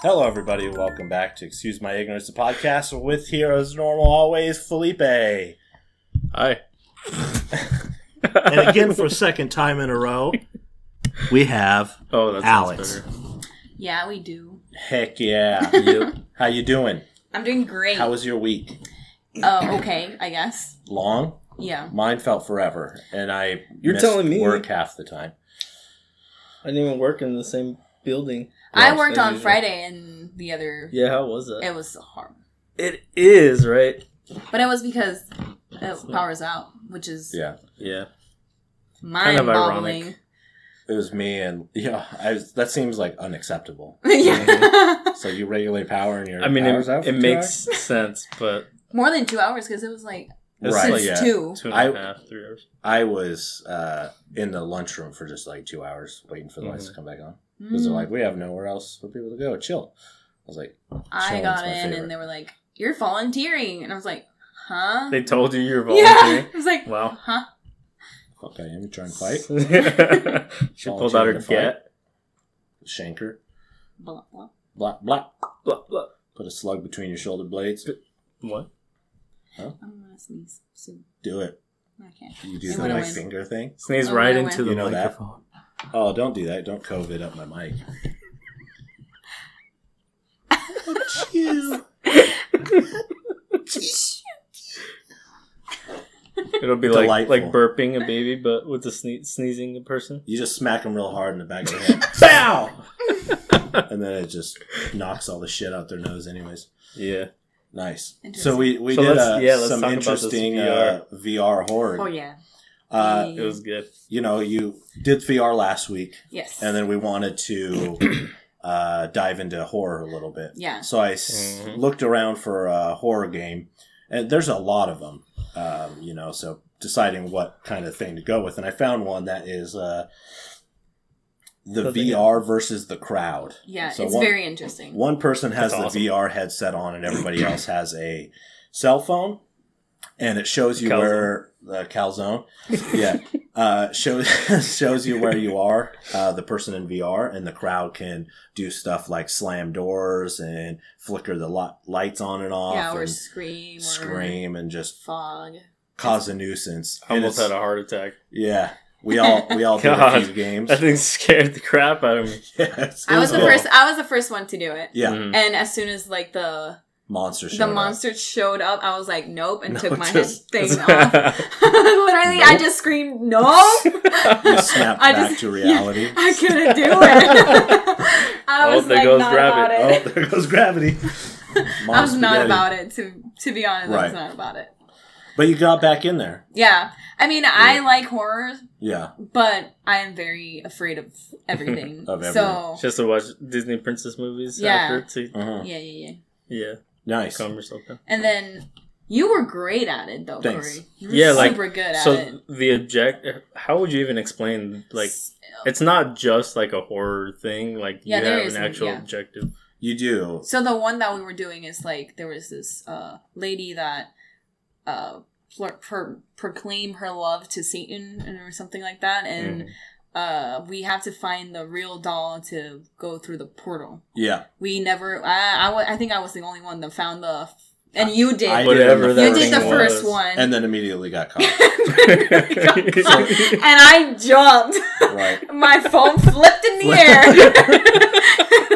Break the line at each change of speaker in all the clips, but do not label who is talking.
Hello, everybody. Welcome back to Excuse My Ignorance, the podcast with heroes normal always Felipe, and
Hi.
again for a second time in a row, we have
oh, that's
Alex.
Yeah, we do.
heck yeah. How you doing?
I'm doing great.
How was your week?
oh, okay, I guess.
Long?
Yeah.
Mine felt forever, and I
You're
missed
telling me.
work half the time.
I didn't even work in the same building.
I
Yes,
worked
as
on
usual.
Friday and the other.
Yeah, how was that?
It was hard.
It is, right?
But it was because it powers out, which is
Yeah,
Yeah.
mind
of
boggling.
ironic.
it was me, and yeah, I was, that seems like unacceptable.
yeah.
So you regulate power, and your
I mean,
power's
it,
out for
it
two
makes sense, but
More than two hours because it was like
hours?
it's
right.
since
yeah,
two.
two and a half,
I-
three hours.
I was uh, in the lunchroom for just like two hours waiting for the lights
Mm-hmm.
to come back on because they're
Mm.
like, we have nowhere else for people to go. Chill. I was like,
Mm, I
chilling's
got
my
in
favorite.
and they were like, "You're volunteering," and I was like, "Huh?"
They told you you're
yeah. I
volunteering.
was like,
Wow.
"Huh?"
fuck, I am trying to fight.
she pulled out her
Volunteering to fight.
gat.
Shanker.
Blah, blah.
Blah, blah.
Blah, blah.
Put a slug between your shoulder blades.
What?
I'm gonna sneeze soon.
Do it.
I can't.
You
It
do the
would've
like
went.
finger thing.
Sneeze
Oh,
right
no,
into
I-
the
You know that?
microphone.
Oh, don't do that. Don't COVID up my mic. Achoo.
It'll be like
Delightful.
like burping a baby, but with the sne- sneezing a person.
you just smack them real hard in the back of the head. Bow! and then it just knocks all the shit out their nose, anyways.
Yeah.
Nice.
Interesting.
So we we
So
did
let's-
uh,
yeah, let's
some
talk about this
interesting
VR.
Uh, VR horror.
Oh yeah.
uh,
Yeah.
It was good.
you know, you did VR last week,
Yes.
and then we wanted to uh, dive into horror a little bit.
Yeah.
So I s-
Mhm.
looked around for a horror game, and there's a lot of them. Um, you know, so deciding what kind of thing to go with, and I found one that is uh, the
Something-
VR versus the crowd.
yeah,
So
it's
one-
very interesting.
One person has
That's
the VR
awesome.
headset on, and everybody else has a cell phone, and it shows you
Calzone.
where the calzone, yeah, uh, shows shows you where you are. Uh, the person in VR and the crowd can do stuff like slam doors and flicker the lo- lights on and off,
yeah, or
and
scream, or
scream, and just
fog.
cause a nuisance.
I
And
almost
it's-
had a heart attack.
yeah. We all we all did a
God.
few games.
That thing scared the crap out of me.
Yeah, it's-
I was the
cool.
first. I was the first one to do it.
Yeah,
Mhm.
And as soon as like the
monster.
the
showed up.
monster showed up, I was like, nope, and
No,
took my head
just-
thing off. Literally, I
Nope.
just screamed, no,
You snapped
I
back
just-
to reality.
I couldn't do it. I
Oh,
was
there
like,
goes
not
Rabbit.
about
Oh,
it. Oh,
there goes gravity.
I was not
Mom's
about it to to be honest. I
Right.
was not about it.
spaghetti. But you got back in there.
Yeah, I mean, I like horror,
Yeah.
but I am very afraid of everything.
Of
So
She has to watch Disney princess movies
Yeah.
after to
Mhm.
yeah, yeah, yeah.
yeah
Nice.
calm yourself down.
And then you were great at it though,
Thanks.
Corey. You were
Yeah, like,
super good at it.
So the object, how would you even explain? Like, it's not just like a horror thing. Like
Yeah,
you
there
have
is-
an actual
yeah.
objective.
You do.
So the one that we were doing is like there was this uh, lady that uh, pro- pro- proclaimed her love to Satan and- or something like that,
Mm-hmm.
and
Mm.
uh, we have to find the real doll to go through the portal.
Yeah.
We never. I I wa- I think I was the only one that found the. And you did.
I did
Whatever
the
that
you did
thing
the
was.
first one.
And then immediately got caught.
oh.
and I jumped.
right.
My phone flipped in the air.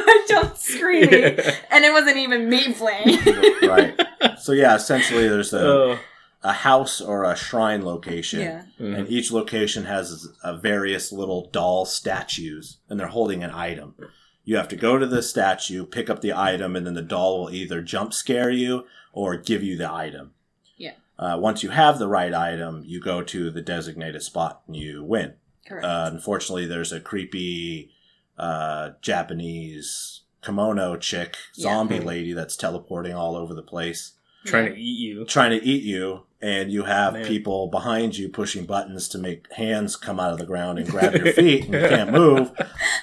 I jumped screaming. And it wasn't even me playing.
Right. So yeah, essentially there's
Uh.
a,
Oh.
a house or a shrine location.
yeah.
And each location has a various little doll statues, and they're holding an item. You have to go to the statue, pick up the item, and then the doll will either jump scare you or give you the item.
Yeah.
Uh, once you have the right item, you go to the designated spot and you win.
Correct.
Uh, unfortunately, there's a creepy uh, Japanese kimono chick
Yeah.
zombie lady that's teleporting all over the place
Trying to eat you.
trying to eat you and you have
Man.
people behind you pushing buttons to make hands come out of the ground and grab your feet and you can't move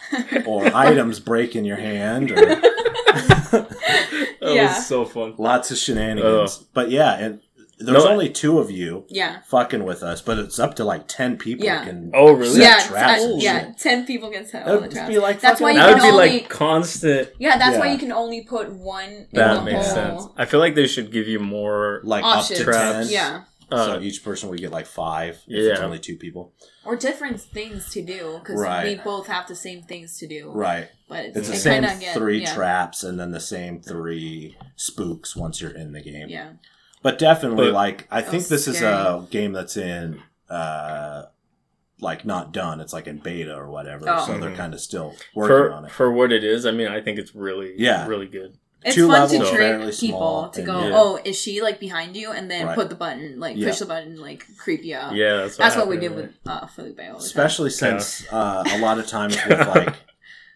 or items break in your hand or
That
Yeah.
was so fun.
lots of shenanigans but yeah and there's
No,
only two of you
Yeah.
fucking with us, but it's up to like ten people
Yeah.
can
Oh, really?
set
Yeah,
traps
uh,
and
yeah.
shit.
Ten people can set
That
all the
would just
traps.
be like
That's
fucking-
why you
that would
can
be
only.
like constant.
yeah, that's why
Yeah.
you can only put one. in
That
the
makes
whole
sense. I feel like they should give you more.
like
Options.
up to ten.
Traps.
Yeah,
Uh,
so each person would get like five if it's
Yeah.
only two people.
or different things to do because
Right.
we both have the same things to do.
Right.
But it's,
It's the
it
same
kinda get-
three
yeah,
traps and then the same three spooks once you're in the game.
Yeah.
But definitely,
But-
like I
That
think
was
this is
scary.
a game that's in, uh, like not done. It's like in beta or whatever,
Oh.
so they're
Mhm.
kind of still working on
for
it.
for what it is, I mean, I think it's really,
Yeah.
really good.
It's
Two
fun to
levels, fairly
trick
small,
people to
and
go,
yeah.
oh, is she like behind you? And then
Right.
put the button, like
Yeah.
push the button, like creep you out.
Yeah, that's what,
Oh, That's what we did
happened,
with uh, Felipe. all the time.
Especially since uh, a lot of times with like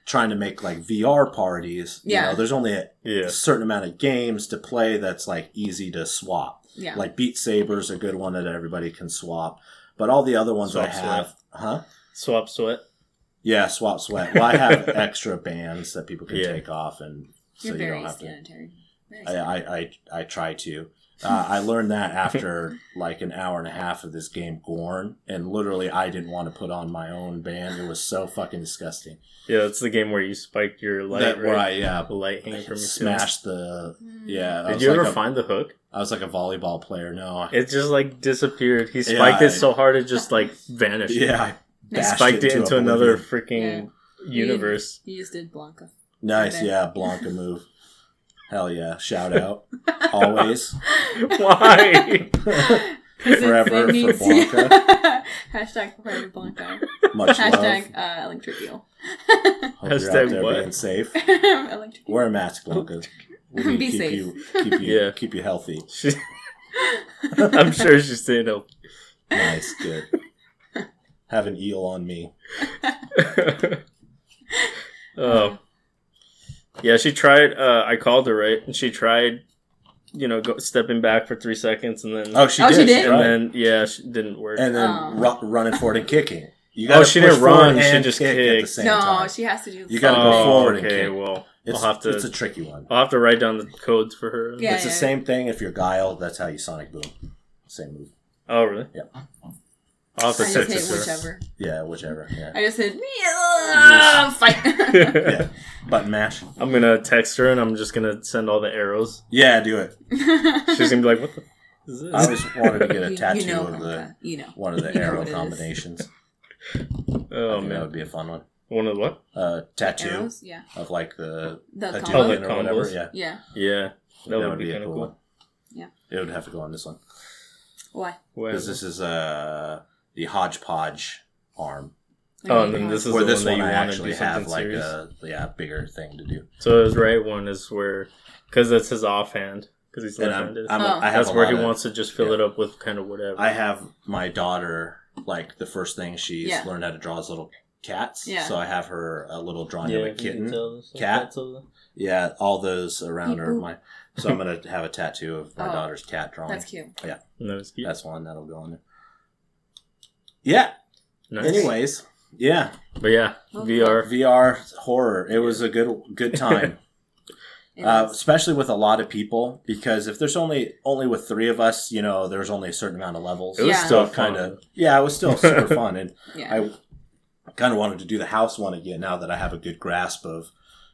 trying to make like VR parties, you
Yeah.
know, there's only a
Yeah,
certain amount of games to play that's like easy to swap.
Yeah.
Like Beat Saber's a good one that everybody can swap, but all the other ones I
Swap
have, huh?
swap sweat.
Yeah, swap sweat. Well, I have extra bands that people can
Yeah.
take off, and so
You're
you
very
don't have to.
sanitary. Very
I, uh,
sanitary.
I, I, I try to. Uh, I learned that after like an hour and a half of this game, Gorn, and literally I didn't want to put on my own band. It was so fucking disgusting.
Yeah, that's the game where you spiked your light.
that, where I
right?
yeah,
The light hanging from your
smashed the
Mm.
yeah. I
Did
was
you
like
ever
a-
find the hook?
I was like a volleyball player. No, I,
It just like disappeared. He spiked
Yeah,
it so hard it just like vanished.
yeah, I
Nice.
bashed
spiked it
into
into
oblivion.
another freaking universe.
You just did Blanca.
Nice,
Okay.
yeah, Blanca move. Hell yeah, shout out always.
Why?
'Cause it's-
Forever
it
for
needs-
Blanca.
Hashtag forever Blanca.
Much love.
Hashtag uh, electric eel.
Hope you're out
Hashtag
there
what?
being safe.
electric eel.
Wear a mask, Blanca. We need to
Be
keep
safe.
you keep you
Yeah.
keep you healthy.
She- I'm sure she's saying no.
Nice, good. Have an eel on me.
oh. Yeah, she tried. Uh, I called her right, and she tried. You know, go, stepping back for three seconds, and then
Oh, she
Oh,
did.
she did?
and
tried.
then yeah, she didn't work.
and then
Oh.
ru- running forward and kicking. You
Oh,
gotta
she
push
didn't run,
forward
she
and
just
kick at the
kicked.
same
No,
time.
she has to do.
You gotta go
something.
forward and
Oh, okay,
kick.
well,
It's,
I'll have to.
it's a tricky one.
I'll have to write down the codes for her.
Yeah,
it's the same thing if you're Guile. That's how you Sonic Boom. Same move.
Oh, really?
Yeah.
I'll have to
I
send this
just hit
to her.
whichever.
Yeah, whichever. Yeah.
I just hit me uh, fight.
yeah. Button mash.
I'm gonna text her and I'm just gonna send all the arrows.
Yeah, do it.
She's gonna be like, "What the f- is this?"
I always wanted to get
You-
a
you
tattoo
know
of the
Blanca. You know.
one of the
You know
arrow
what it is.
combinations. I
oh
think that
man,
would be a fun one.
one of what?
Uh, tattoo
Arrows? Yeah.
of like the
The
a
combo?
dude or whatever.
combos?
Yeah,
Yeah.
Yeah, that, would, be, kind of cool.
one.
Yeah.
it would have to go on this one
Why?
Wow.
because this is uh the hodgepodge arm.
What do you
Oh, and
mean
then
why?
this is
Where
the
this
one,
one, I
that you want to
actually
do
have
something
like
serious.
a yeah bigger thing to do.
So his right one is where, because that's his offhand, because he's
And I'm,
left-handed.
I'm
Oh.
I have
that's
a
where
lot
he
of-
wants to just fill
yeah.
it up with kind of whatever.
I have my daughter like the first thing she's
Yeah.
learned how to draw is little cats.
Yeah.
So I have her a little drawing
Yeah,
of
you
a
can
kitten.
Tell us some
Cat?
cats over there.
Yeah, all those around her.
Beep boop.
My so I'm gonna have a tattoo of my
Oh.
daughter's cat drawing.
That's cute.
And that was cute.
That's one that'll go on there. Yeah.
Nice.
Anyways, yeah,
but yeah,
Well,
VR.
VR horror. It was a good good time,
It
uh,
is.
especially with a lot of people because if there's only only with three of us, you know, there's only a certain amount of levels.
It was
Yeah.
still
kind
kind
of yeah, it was still super fun and
yeah.
I kind of wanted to do the house one again now that I have a good grasp of,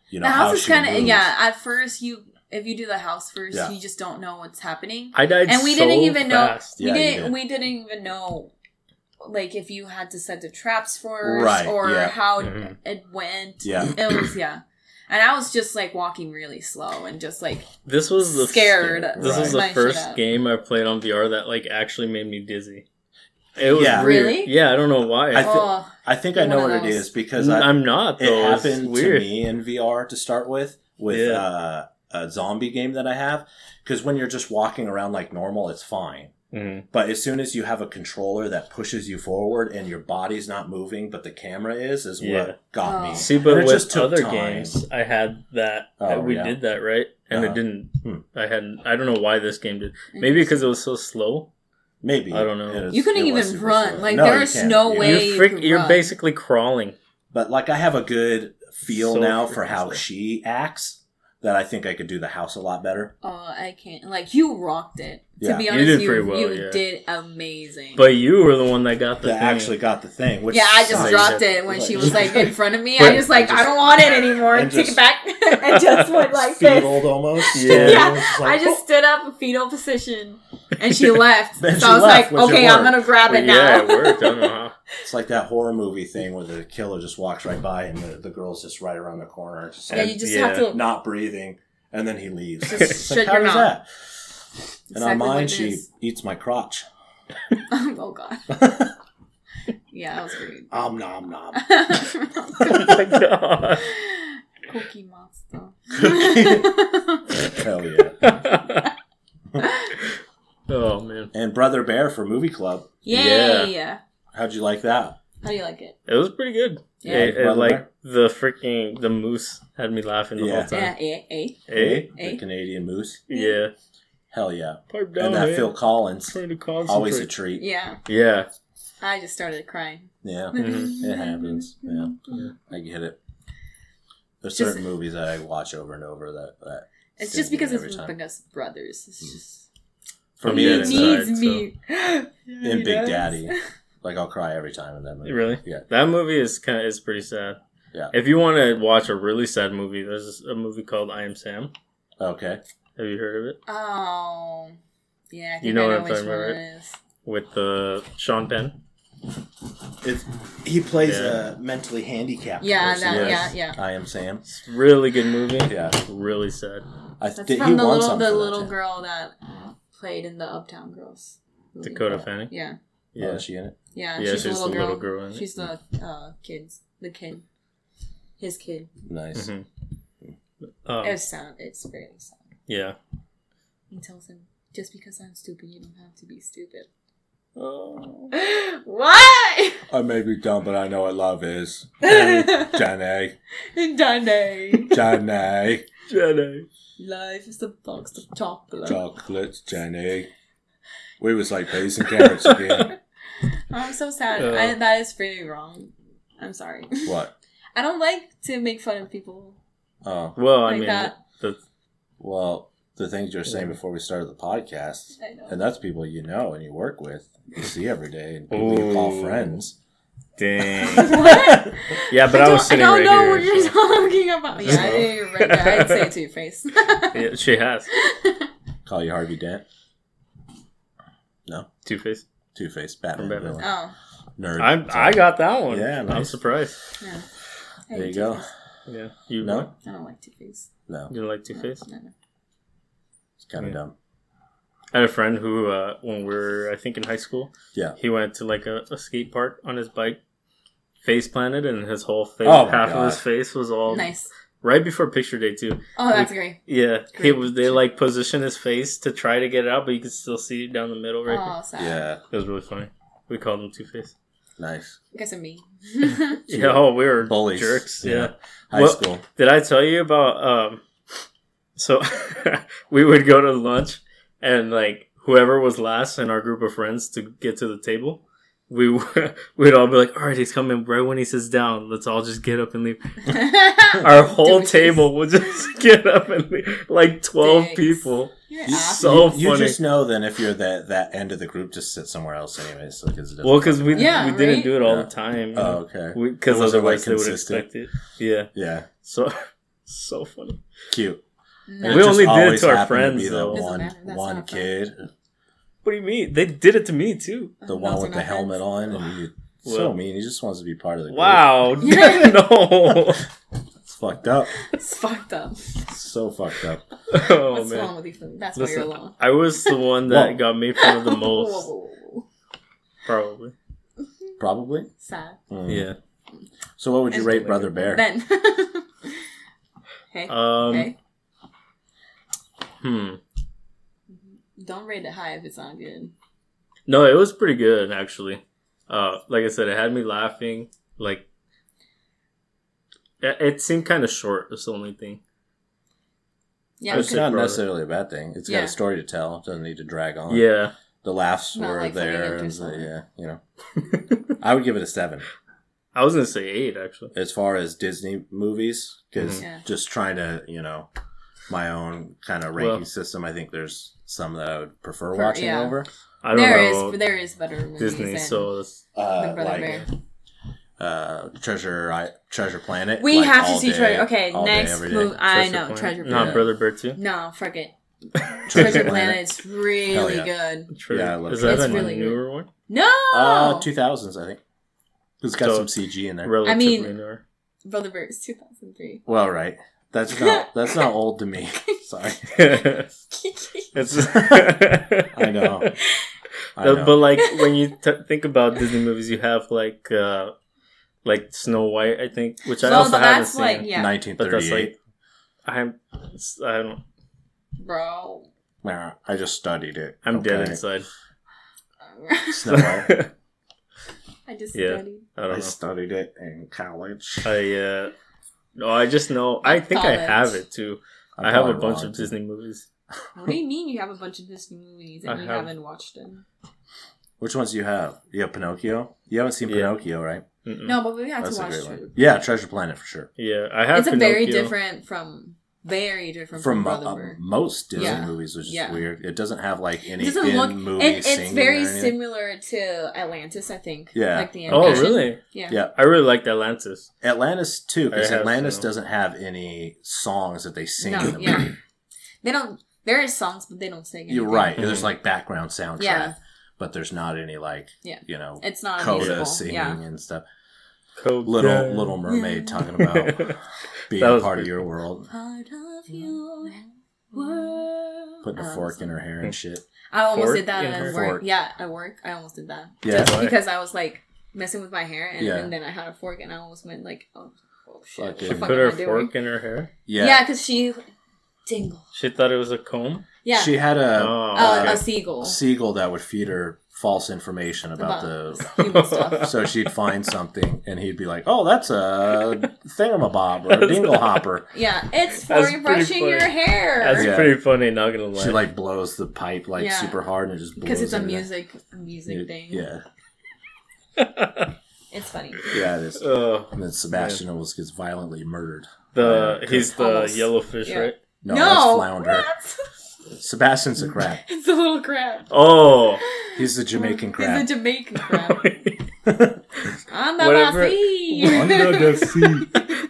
you know,
the
how
house is
she
kind of
moves.
yeah. At first, you if you do the house first,
Yeah.
you just don't know what's happening.
I died,
and we didn't
so
even
fast.
know
Yeah,
we
you
didn't
did.
we didn't even know like if you had to set the traps first
Right,
or
yeah.
how it-
Mhm.
it went.
Yeah.
It was yeah. And I was just like walking really slow and just like
This was the
scared.
Right.
This is
Right.
the
my shit
first
up.
game I played on VR that like actually made me dizzy. It was
Yeah.
weird.
Really?
Yeah, I don't know why.
I thi-
oh,
I think I know
One of
what it
those.
is because I,
Mm, I'm not
it
though. It's
happened to
weird.
me in VR to start with with
Yeah.
uh, a zombie game that I have because when you're just walking around like normal, it's fine.
Mhm.
But as soon as you have a controller that pushes you forward and your body's not moving, but the camera is, is
Yeah.
what got
Oh.
me.
See, but
And it
with
just took
other
time.
games, I had that.
Oh,
we
yeah.
did that right, and
Uh-huh.
it didn't.
Hmm.
I hadn't. I don't know why this game did. Maybe because it was so slow.
Maybe
I don't know.
It is-
You couldn't
it was
even
super
run.
slow.
Like,
No,
there
you
is
can't.
no
Yeah.
way-
You're, frick,
could
you're
run.
basically crawling.
But like I have a good feel
So
now for
freaking
how
slow.
she acts. that I think I could do the house a lot better.
Oh, I can't. Like you rocked it.
Yeah.
to be
You
honest, you
did
you,
pretty well, yeah.
did amazing.
But you were the one that got the
That
thing.
actually got the thing. Which
yeah, I just
sucks.
Sorry.
dropped it when
Like-
she was like in front of me.
But-
I just like I don't want it anymore.
And
Take
just-
it back. and just went like this.
Fetal almost.
Yeah.
Yeah,
Just like,
I just stood up in fetal position, and she left. so
Then she
I was
left,
like,
which it
okay, I'm
worked.
gonna grab
But
it
yeah,
now.
it worked. I don't know how.
It's like that horror movie thing where the killer just walks right by and the, the girl's just right around the corner, just
Yeah,
like
you just
Yeah.
have to.
not breathing, and then he leaves.
Just
It's like,
shut
how
your
does
mouth.
that? And
Exactly
on
what
mine,
it
she
is.
eats my crotch.
oh god. Yeah, that was weird.
Om nom nom.
Oh my God.
Cookie monster.
Hell yeah.
oh man,
And Brother Bear for Movie Club.
Yay!
How'd you like that?
How do you like it?
it was pretty good.
Yeah.
It- it,
Brother
like
Bear.
the freaking the moose had me laughing the
Yeah.
whole
Yeah,
time.
eh, eh.
Eh?
The
Eh?
Canadian Moose.
Yeah,
Hell yeah.
pipe down.
and that
eh?
Phil Collins.
trying to concentrate.
Always a treat.
Yeah,
yeah.
I just started crying.
Yeah.
Mhm.
Mm-hmm. It happens. Yeah. I get it. There's
Just-
certain movies that I watch over and over that. that
It's
stick
just because
every
it's
time. Hmm.
because brothers. It's just
For
I'm
me,
dead
he
it's uh,
inside,
needs me.
in Big Daddy. Like, I'll cry every time in that movie.
Really?
Yeah.
That movie is kind of is pretty sad.
Yeah.
If you want to watch a really sad movie, there's a movie called I Am Sam.
Okay.
Have you heard of it?
Oh, yeah. I think
You know
I
what
know
I'm
which
talking
one
about,
it is.
With uh, Sean Penn.
It's, he plays
Yeah.
a mentally handicapped
Yeah,
person.
that,
Yes.
yeah, yeah.
I am Sam.
It's a really good movie.
Yeah.
Really sad.
I
That's
did, he
from the
won
little
something
the
for that,
little
yeah.
girl that played in the Uptown Girls. movie.
Dakota Fanning.
Yeah,
Yeah.
Yeah.
is she in it?
yeah.
Yeah, she's
she's, the little
the
girl.
little girl Hmm. in it.
she's the uh, kids, the kid, his kid.
Nice.
Mhm. Um,
It's sound. It's really sound.
yeah.
He tells him, "Just because I'm stupid, you don't have to be stupid."
Oh.
Why?
Mm-hmm. I may be dumb, but I know what love is. Johnny.
Danny,
Johnny.
Jenny.
life is a box of chocolate.
Chocolates, Johnny. We was like peas and carrots again.
I'm so sad.
Uh.
I, that is pretty wrong. I'm sorry.
What?
I don't like to make fun of people
Oh,
Well, I
like
mean,
that.
the,
well, the things you were saying before we started the podcast,
I know.
and that's people you know and you work with, you see every day, and people you call
Ooh.
friends.
dang.
What?
yeah, but I, was
I
sitting
don't
right
know
here.
what you're talking about. Yeah, I think you're right there. I'd say it to your face.
so- Yeah, she has
Call you Harvey Dent. No,
Two Face.
Two Face, Batman,
From Batman.
villain.
oh,
nerd.
I I got that one.
Yeah,
I'm
nice.
surprised.
yeah. I
There
hate
you go.
Two-Face.
Yeah, you
No,
I don't like Two Face.
no,
You don't like Two Face?
No, no.
it's kind of
Yeah.
dumb.
I had a friend who, uh, when we were, I think, in high school,
Yeah.
he went to like a, a skate park on his bike, face planted, and his whole face,
Oh my
half of his
God.
face was
Oh.
all right
Nice.
before picture day too.
Oh, that's great.
Yeah, he
Great.
was. They like positioned his face to try to get it out, but you could still see it down the middle. Right,
Oh, sad.
Yeah,
it was really funny. We called him Two Face.
nice.
You guys are mean.
Yeah, oh, we were
Bullies.
jerks.
Yeah.
yeah.
High
Well-
school.
Did I tell you about um so we would go to lunch and like whoever was last in our group of friends to get to the table, we would we'd all be like, "All right, he's coming right when he sits down. Let's all just get up and leave." Our whole
Deuces.
table would just get up and leave like 12
Dicks.
people.
You're
You-
ass.
So
you, you
funny.
just know then if you're that that end of the group, just sit somewhere else anyway. So because it doesn't
Well, cuz we
Yeah,
we didn't
right? Uh,
do it all
Yeah.
the time.
Oh, okay.
Cuz
It wasn't, like,
otherwise they would
consistent.
expect it. Yeah.
Yeah,
So so funny.
cute.
No.
It
We
just
only did it
always
to our
happened
friends,
be the
though.
Doesn't
one
matter, that's
one
not fun.
kid,
What do you mean? They did it to me too.
the
Those
one
are
with the
my
helmet
friends.
on, and you so
Well.
mean. He just wants to be part of the group.
Wow. no.
it's fucked up.
It's fucked up.
It's so fucked up.
Oh
What's
man.
wrong with you? Flynn? That's
Listen,
why you're alone.
I was the one that
Whoa.
got made fun of the
Whoa,
most,
whoa, whoa, whoa.
probably.
Probably.
Sad.
Mm.
Yeah.
So what would you
And-
rate Brother Bear?
Then. hey.
Um.
hey.
Hmm.
Don't rate it high if it's not good.
No, it was pretty good actually. Uh, like I said, it had me laughing. Like, it, it seemed kind of short. That's the only thing.
Yeah,
I
it's
would
because-
say
not
brother.
necessarily a bad thing. It's got
Yeah.
a story to tell. It doesn't need to drag on.
Yeah.
The laughs
Not
were
like something
there. And
interesting.
yeah, you know. I would give it a seven.
I was gonna say eight actually.
as far as Disney movies because
Mhm. Yeah.
just trying to you know my own kind of ranking
Mm-hmm. Well-
system. I think there's some that I would prefer
For-
watching
yeah.
over.
I don't
There is
know
there is better movies
Disney,
than
so that's,
Uh,
Brother
like
Bear.
uh, Treasure I, Treasure Planet.
We
like,
have to
all
see
day-
Treasure. Okay,
all day,
next
every day.
movie. I
Treasure
know
Planet.
Treasure
Not
Planet.
Planet.
Brother Bear too.
No, fuck it.
Treasure
Treasure
Planet.
Planet's really
Hell
good.
Treasure.
Yeah, I love
is that
Treasure
a
Planet.
newer one?
No, Oh.
Uh, two thousands, I think. It's got
So-
some CG in there.
Relatively
mean-
newer.
Brother Bear is two thousand three.
Well, right. That's not that's not old to me. Sorry,
it's.
I know. I
Uh,
know.
But like when you t- think about Disney movies, you have like uh like Snow White, I think, which I
Well,
also
but
haven't
that's
seen.
like- yeah.
But
1938.
that's like I'm it's- I don't
Bro.
Nah, I just studied it.
I'm dead
okay?
inside.
Snow White.
I just
Yeah.
studied.
I don't
I
know.
studied it in college.
I uh no, I just know. I think I have
College.
it too.
I'm
I have a
probably
bunch
wrong.
of Disney movies.
What do you mean you have a bunch of Disney movies and
I
you
have-
have. not watched them?
Which ones do you have? You have Pinocchio. You haven't seen
Yeah.
Pinocchio, right?
Mm-mm.
No, but we have
Hmm. That's
to
a
watch
great
Treasure
one.
Planet.
Yeah, Treasure Planet for sure.
Yeah, I have.
It's a very
Pinocchio.
different from very different from,
From uh,
Brother
uh,
Bear.
most Disney
Yeah.
movies, which is
Yeah.
weird. It doesn't have like any
It doesn't
in
look
movie
it, it's
singing
very
or anything.
similar to Atlantis, I think.
Yeah.
Like the
Oh
Okay.
animation.
really?
Yeah.
Yeah.
I really liked Atlantis.
Atlantis too, because
I have
Atlantis
some.
doesn't have any songs that they sing.
No,
in the
yeah.
movie.
They don't there is songs but they don't sing anything.
You're right.
Mhm.
There's like background soundtrack,
Yeah.
but there's not any like
Yeah.
you know
It's not a
coda
musical.
singing
Yeah.
and stuff.
Code
Little
Red.
Little Mermaid talking about being
That was
part of
good.
your world,
Part of your world.
putting a
Um,
fork in her hair
Hmm.
and shit.
I almost
Fork
did that
in her-
at work.
Fork.
Yeah, at work. I almost did that.
Yeah,
Why?
Because I was like messing with my hair and,
Yeah.
and then I had a fork and I almost went like, oh, oh shit. what
Fucking-
the
She
fuck
put
am
her
I doing?
fork in her hair.
yeah.
Yeah, because she dingle.
She thought it was a comb.
Yeah.
She had a
Oh,
uh,
okay.
a seagull.
seagull that would feed her false information about the.
human stuff.
So she'd find something, and he'd be like, "Oh, that's a thingamabob or a dingle hopper."
Yeah, it's for
That's pretty
brushing
funny.
your
That's
hair.
Yeah.
pretty funny. Not gonna lie.
She like blows the pipe like
Yeah.
super hard, and it just blows
Because it's a
into the-
music music thing.
Yeah,
It's funny.
yeah, it is.
Oh,
And then Sebastian almost gets violently murdered.
the
Yeah.
he's the
Almost.
yellow fish,
Yeah.
right?
No, that's flounder.
what?
Sebastian's a crab.
It's a little crab.
Oh,
He's the Jamaican
It's
crab.
a Jamaican crab. Under
Whatever.
my feet.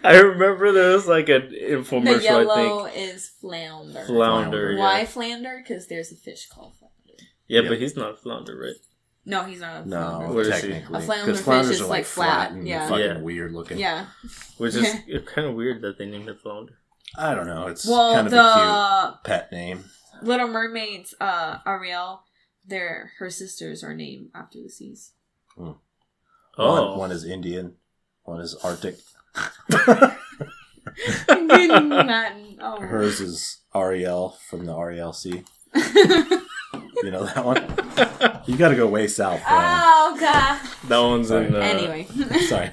I remember there was like an
the
infomercial.
yellow
I
is flounder.
think flounder. Yeah.
Why flounder? Because there's a fish called flounder.
Yeah,
Yeah.
but he's not flounder, right?
No, he's not a
no,
flounder.
What is he?
technically,
A flounder
because
fish
flounders
is,
are like
like,
flat
flat,
and
yeah.
fucking
Yeah.
weird looking.
Yeah.
Which is kind of weird that they named it flounder.
I don't know. It's
Well,
kind of a
the
cute pet name.
Little Mermaid's uh, Ariel, their her sisters are named after the seas.
Oh,
Oh,
one is Indian, one is Arctic.
Didn't that- oh.
Hers is Ariel from the RELC. You know that one? You got to go way south. For that
oh god.
that one's in.
Sorry.
Uh,
anyway,
one. Sorry.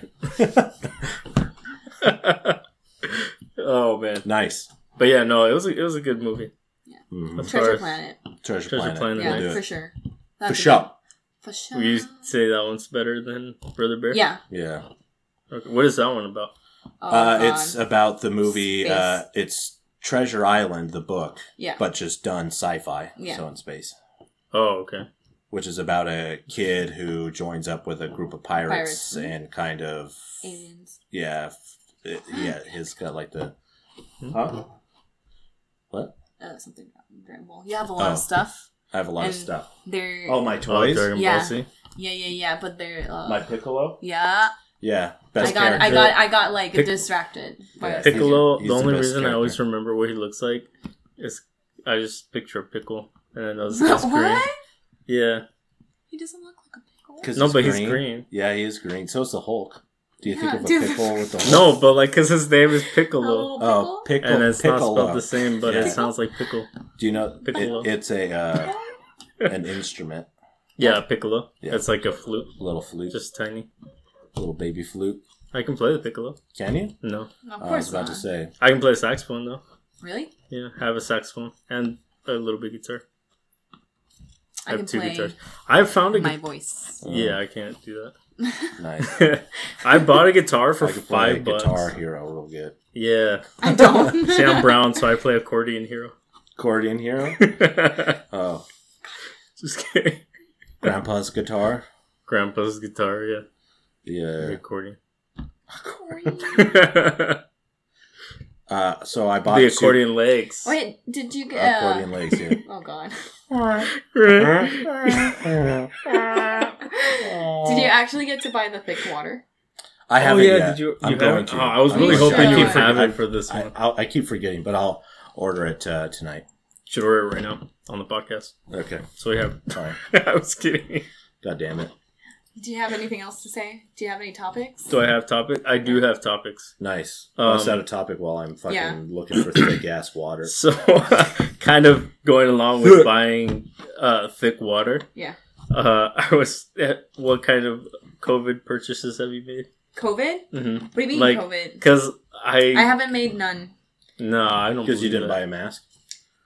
oh man,
nice.
but yeah, no, it was a, it was a good movie.
Mhm.
As far
Treasure
as-
Planet.
Treasure,
Treasure
Planet.
Planet.
We'll
Yeah,
do it.
for sure.
For
That's a
sure.
good- For sure.
Would you say that one's better than Brother Bear?
Yeah.
Yeah.
Okay, what is that one about?
Oh,
uh,
God.
it's about the movie.
Space.
Uh, it's Treasure Island, the book,
yeah.
but just done sci-fi,
Yeah.
so in space,
Oh, okay.
which is about a kid who joins up with a group of pirates,
Pirates. mm-hmm.
and kind of
Aliens.
yeah, f- it- yeah, he's got like the
Hmm?
huh? What?
Uh, something about Dragon Ball. You have a lot
Oh.
of stuff.
I have a lot of
And-
stuff.
They're
Oh, my
Oh,
toys,
Dragon
Yeah.
Ball Z.
yeah, yeah, yeah. But they're uh,
my Piccolo.
yeah.
Yeah,
I
best
got,
character.
I got, I got like
Pic-
distracted. by
Yeah.
a
Pic-
Piccolo.
He's
the
the
only
best
reason I always
character.
remember what he looks like is I just picture a pickle, and I know this
figure.
guy's green.
what?
Yeah.
He doesn't look like a pickle.
'Cause
No, but he's green.
Yeah, he is green. So is the Hulk. Do you
Yeah,
think of a
dude.
pickle with the Hulk?
No, but like, cause his name is
A
Piccolo,
little pickle.
Oh, pickle,
and it's not
piccolo.
spelled the same, but
Yeah.
it sounds like pickle.
Do you know it,
Piccolo.
it's a uh, an instrument,
Yeah, piccolo.
Yeah.
It's like a flute,
a little flute, just
just tiny.
a little baby flute?
I can play the piccolo.
Can you?
No,
uh,
of
I was
course
about to
not.
say.
I can play saxophone though.
Really?
Yeah, I have a saxophone and a little bit guitar.
I can
have two
play
guitars. I found a.
my
gu-
voice.
Uh,
yeah, I can't do that.
Nice.
I bought a guitar for
I could play
five bucks.
Guitar Hero real good.
Yeah,
I don't.
see, I'm brown, so I play accordion hero.
Accordion Hero? Oh,
Just kidding.
Grandpa's guitar?
Grandpa's guitar, yeah,
Yeah.
accordion.
Uh, so I bought
the accordion legs.
Wait, did you
Two,
get?
accordion
Uh,
legs, yeah.
oh god. did you
I
actually get to buy the thick water?
haven't
Oh, yeah,
yet.
did you?
I'm
you
going
haven't?
to.
Oh, I was
I'm
really
going to.
hoping
you
you'd
should.
have it for this
I,
one.
I'll, I keep forgetting, but I'll order it uh, tonight.
Should order it right now on the podcast.
Okay,
So we have.
sorry.
I was kidding.
God damn it.
Do you have anything else to say? Do you have any topics?
Do I have topic? I do have topics.
Nice.
Um,
Let's set a topic while I'm fucking
Yeah.
looking for thick ass water.
So, kind of going along with buying uh, thick water.
Yeah.
Uh, I was. What kind of COVID purchases have you made?
COVID?
Mm-hmm.
What do you mean
Like-
COVID?
Because I,
I haven't made none.
no, I don't
Because you
believe
didn't
that.
buy a mask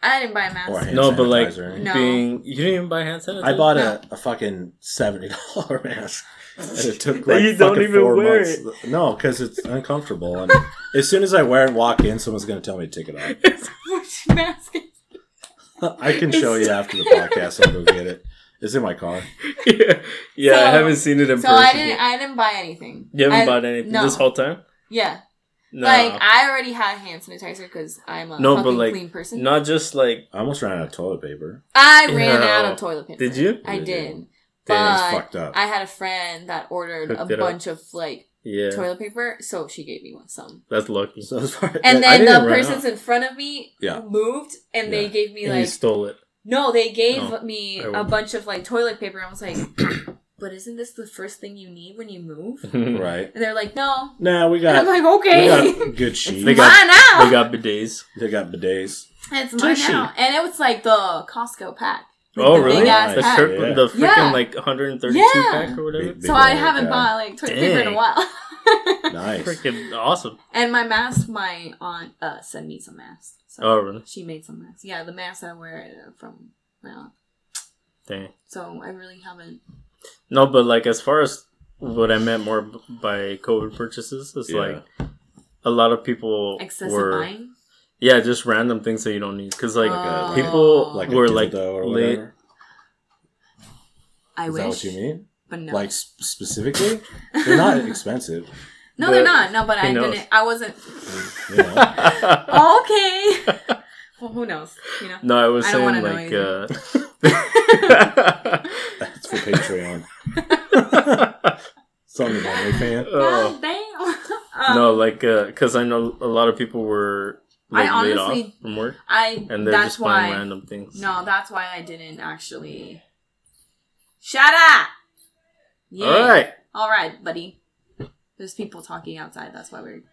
I didn't buy a mask.
or hand
No,
sanitizer.
but, like,
or anything?
No.
being you didn't even buy hand sanitizer.
I bought a, a fucking seventy dollar mask, and it took
That
like
you
fucking
don't even
four
wear
months. No, because it's uncomfortable, and as soon as I wear it and walk in, someone's gonna tell me to take it off.
Which mask?
I can show you after the podcast. I'll go get it. It's in my car.
yeah, yeah I
So-
haven't seen it in
So
person.
I didn't. I didn't buy anything.
you haven't
I-
bought anything
no.
this whole time.
Yeah,
No,
like I already had hand sanitizer because I'm a
No, but,
fucking
like,
clean person.
not just like
I almost ran out of toilet paper.
I ran
No.
out of toilet paper.
did you?
I
Yeah.
did.
Damn,
But
it's fucked up.
I had a friend that ordered
Hooked
a
it up.
bunch of like
Yeah,
toilet paper, so she gave me one some.
that's lucky.
so as far
And
I
then
didn't
the
run
persons
out.
in front of me
Yeah.
moved, and they
Yeah.
gave me
and you
like
stole it.
no, they gave
No,
me
I
a
wouldn't.
bunch of like toilet paper. I was like, but isn't this the first thing you need when you move?
right.
And they're like, no.
Nah, we
And I'm
got
like,
we
okay.
got good sheets.
They
They
Mine
got,
got-
now.
They got bidets.
bidets.
It's mine
Tushy.
now. And it was like the Costco pack. Like,
oh
the
really?
big-ass
The,
pack.
shirt,
Yeah.
the freaking
Yeah.
like 132
Yeah.
pack or whatever.
Big-
So I
old
haven't
guy.
bought like toilet paper in a
Dang.
while.
Nice.
Freaking awesome.
and my mask, my aunt uh, sent me some masks. So
Oh really?
she made some masks. Yeah, the masks I wear uh, from my aunt.
Dang.
So I really haven't.
No, but like as far as what I meant more b- by COVID purchases is
Yeah.
like a lot of people
Excessive
were
buying. Oh.
yeah just random things that you don't need because like uh,
a-
people
Like
were
a
like
dildo or
lit-
whatever.
I
Is
wish.
that what you mean?
But no.
Like s- specifically, they're not expensive.
no, they're
but
not. No, but
who
I
knows?
didn't. I wasn't.
You know?
okay. well, who knows? You know.
no, I was
I don't wanna
saying
know
like uh,
That's for Patreon. Something about OnlyFans.
oh.
God damn. Um,
no, like because I know a lot of people were like,
I
laid
honestly-
off from work
I.
and they're
that's
just buying
why.
random things.
No, that's why I didn't actually. Shut up. Yeah.
All right.
All right, buddy. There's people talking outside. That's why we're.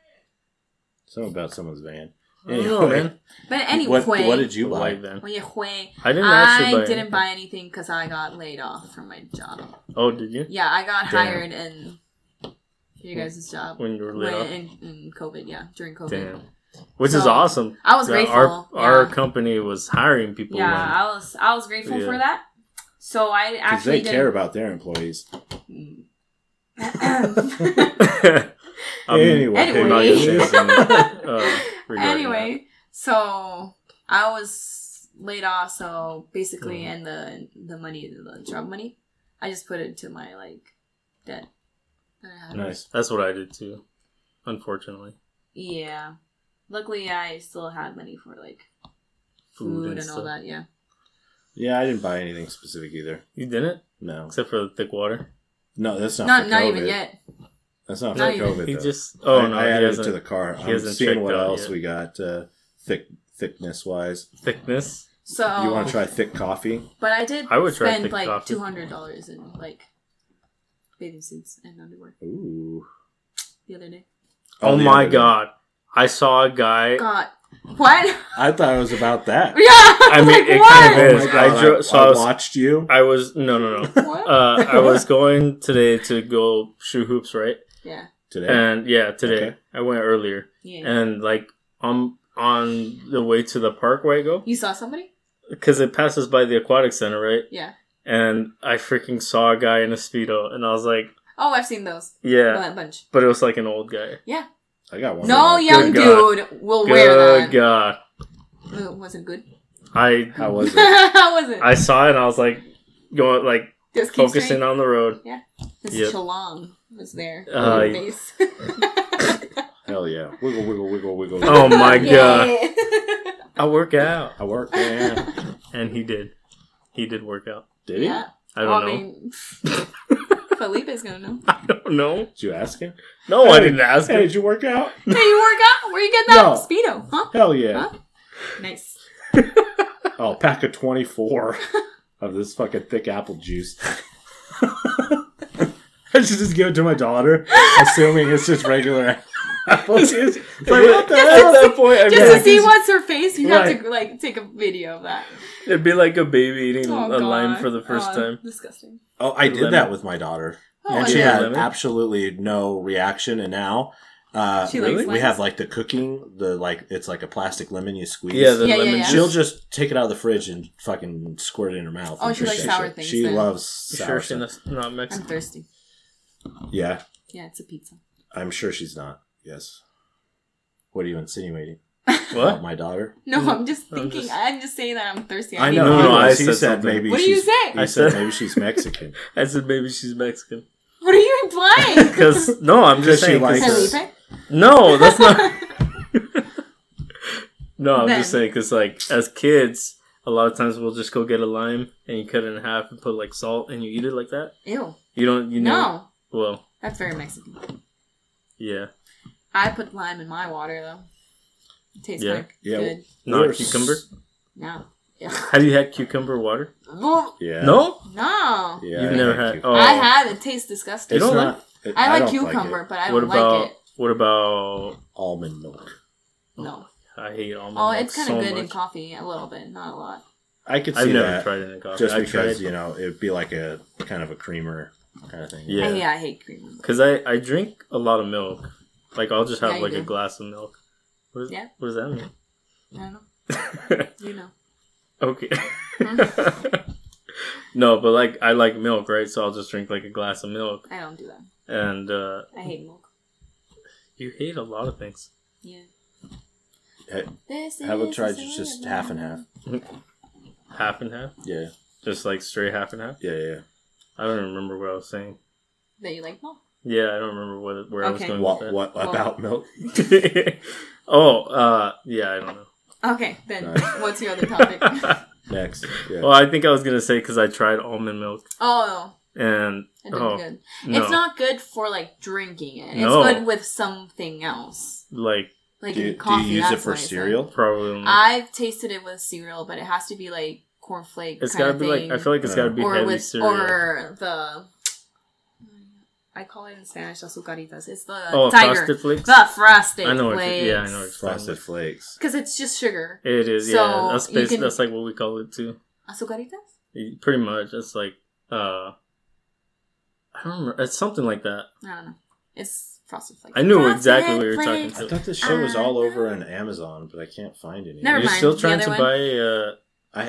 Something about someone's van.
Anyway, oh, man.
But anyway,
what, what did you
The
buy?
white van.
Well, yeah, way-
I didn't
I
actually buy
didn't
anything.
buy anything because I got laid off from my job.
Oh, did you?
Yeah, I got
Damn.
hired in your guys' job
When you were laid off?
when, in, in COVID. Yeah, during COVID,
Damn. Which is
So,
awesome.
I was
that
grateful.
Our,
yeah,
our company was hiring people.
yeah
when-
I was I was grateful for
Yeah.
that. So I
Because
actually
they
didn't-
care about their employees.
Um,
anyway.
Anyway.
not just using it, uh, regarding
anyway, so I was laid off. So basically,
Mhm.
and the the money, the job money, I just put it to my like debt. that I had.
Nice.
that. that's what I did too. Unfortunately,
Yeah. Luckily, I still had money for like food, and, all
stuff.
that. Yeah.
Yeah, I didn't buy anything specific either.
You didn't,
No.
except for the thick water.
No, that's not
Not
for
not
COVID.
even yet.
That's not,
Not
for
even-
COVID.
He
though.
just oh
I,
no,
I
he
added
hasn't
it to the car. I'm
hasn't
seeing
checked
what
out
else
yet.
we got uh, thick thickness wise.
thickness.
So
You
Oh.
want to try thick coffee?
But I did
I would try
spend
thick
like
coffee.
two hundred dollars in like bathing suits and underwear
Ooh.
the other day.
Oh,
the
my
other day.
god, I saw a guy.
God, what? yeah.
I thought it was about that. Oh
I,
I
was
mean,
like,
it
what?
kind of is.
my
I dro- so I was-
watched you.
I was no no no.
What?
Uh, I was going today to go shoe hoops, right?
yeah.
today.
And yeah, today
Okay.
I went earlier,
Yeah.
and like on on the way to the park where I go,
you saw somebody?
because it passes by the aquatic center, right?
Yeah.
And I freaking saw a guy in a speedo, and I was like,
Oh, I've seen those.
Yeah,
Well, a bunch.
but it was like an old guy.
I got one.
No
of those.
young
Good
dude will wear that.
Good God,
Uh, Was it good?
I
How was it?
How was it?
I saw it and I was like going like
Just keep
focusing
straight.
on the road.
This
Yep.
Chalong was there.
Uh,
on the face.
Hell yeah! Wiggle, wiggle, wiggle, wiggle.
Oh my
Yeah.
god, I work out,
I work. Yeah.
and he did. He did work out.
Did he?
Yeah.
I don't
Well,
know.
mean, Felipe's gonna know.
I don't know.
Did you ask him?
No, I
Hey,
didn't ask
Hey,
him.
did you work out?
Hey, you work out? Where you get that
No.
speedo? Huh?
Hell yeah!
Nice.
Oh, pack of twenty four of this fucking thick apple juice. I should just give it to my daughter, assuming it's just regular apple juice. It's like, what the
At
hell?
that point, I'd be,
Just to
like,
see what's her face, you have
Right.
to like take a video of that.
it'd be like a baby eating
Oh,
a lime
God.
for the first
Oh,
time.
Disgusting.
Oh, I did
Lemon.
that with my daughter.
Oh,
and
I
she
yeah.
know.
had
Lemon?
absolutely no reaction. And now, uh,
She
we-
likes
we
lemons?
have like the cooking, the like it's like a plastic lemon you squeeze.
Yeah, the
Yeah, yeah,
lemon
yeah.
she'll just take it out of the fridge and fucking squirt it in her mouth.
Oh,
and
she likes
shit.
sour things
She
then.
loves
juice.
sour.
Sure, she's
stuff.
not- not
I'm
Mexican.
thirsty.
Yeah,
Yeah, it's a pizza.
I'm sure she's not. Yes. What are you insinuating about
What?
my daughter?
No,
Mm.
I'm just
I'm
thinking. I'm
just-
just, saying that I'm thirsty.
I
need
know.
No,
I
no,
know.
I
she
said
said,
something.
maybe.
What do you
she's-
say?
You
I
said
said-
maybe she's Mexican.
I said maybe she's Mexican.
What are you implying?
Because no, I'm just
She
saying. 'cause-
likes it.
Felipe?
No, that's not. no, I'm just
Then-
saying because like as kids, a lot of times we'll just go get a lime and you cut it in half and put like salt and you eat it like that.
Ew.
You don't. You know.
No,
Well,
that's very Mexican.
yeah.
I put lime in my water though. It tastes
Yeah.
like
Yeah.
good.
Not
We're
a cucumber.
s-
No.
Have you had cucumber water?
Well,
Yeah.
No,
no.
Yeah.
you've
I
never
like
had.
cucumber.
Oh,
I had it tastes disgusting.
You don't like-
it-
I like
don't it.
cucumber, but I
what
don't
about
like it.
what about?
almond milk.
No.
I hate almond.
Oh,
milk
it's kind
so
of good in
much.
coffee, a little bit, not a lot.
I could see
I've never
that
tried it in coffee.
just
I
because
tried,
you know it'd be like a kind of a creamer kind of thing.
Yeah.
Yeah, yeah I hate cream.
Because I, I drink a lot of milk. Like, I'll just have,
Yeah, you
like, a
do.
glass of milk. What, is-
Yeah.
what does that mean?
I don't know. You know.
okay.
Mm-hmm.
no, but, like, I like milk, right? So I'll just drink, like, a glass of milk.
I don't do that.
And uh,
I hate milk.
you hate a lot of things.
Yeah.
Hey,
This
I would
is
try
the
just- just
sound of
half and
my-
half.
Half and half?
Yeah,
Just, like, straight half and half?
yeah, yeah.
I don't remember what I was saying.
That you like milk.
Yeah, I don't remember what, where I was
Okay.
going
What
with
what about milk?
that. oh, uh, yeah, I don't know.
Okay, then
Nice.
what's your other topic?
Next, yeah.
well, I think I was going to say because I tried almond milk.
oh,
And,
it didn't
oh,
good.
no.
It's not good for like drinking it. It's
No.
good with something else,
like,
like
do, you-
in
do
coffee.
you use it
that's
for
what I said.
cereal?
probably. only-
I've tasted it with cereal, but it has to be like cornflake.
It's
kind
gotta
of
be
thing.
like I feel like it's gotta be
or
heavy
with
cereal.
or uh, the I call it in Spanish azucaritas. It's the
oh,
tiger,
frosted flakes.
the frosted
I know what
flakes.
it, yeah, I know what it's
Frosted
frosted.
flakes.
Because it's just sugar.
It is,
So,
yeah. That's
you
bas-
can-
that's like what we call it too.
Azucaritas.
It- Pretty much, it's like uh, I don't remember. It's something like that.
I don't know. It's frosted flakes.
I knew
Frosted
exactly what you were talking
flakes.
I thought this show was all over on Amazon, but I can't find any.
Never
You're
mind,
still
the
trying
other
to
one?
buy.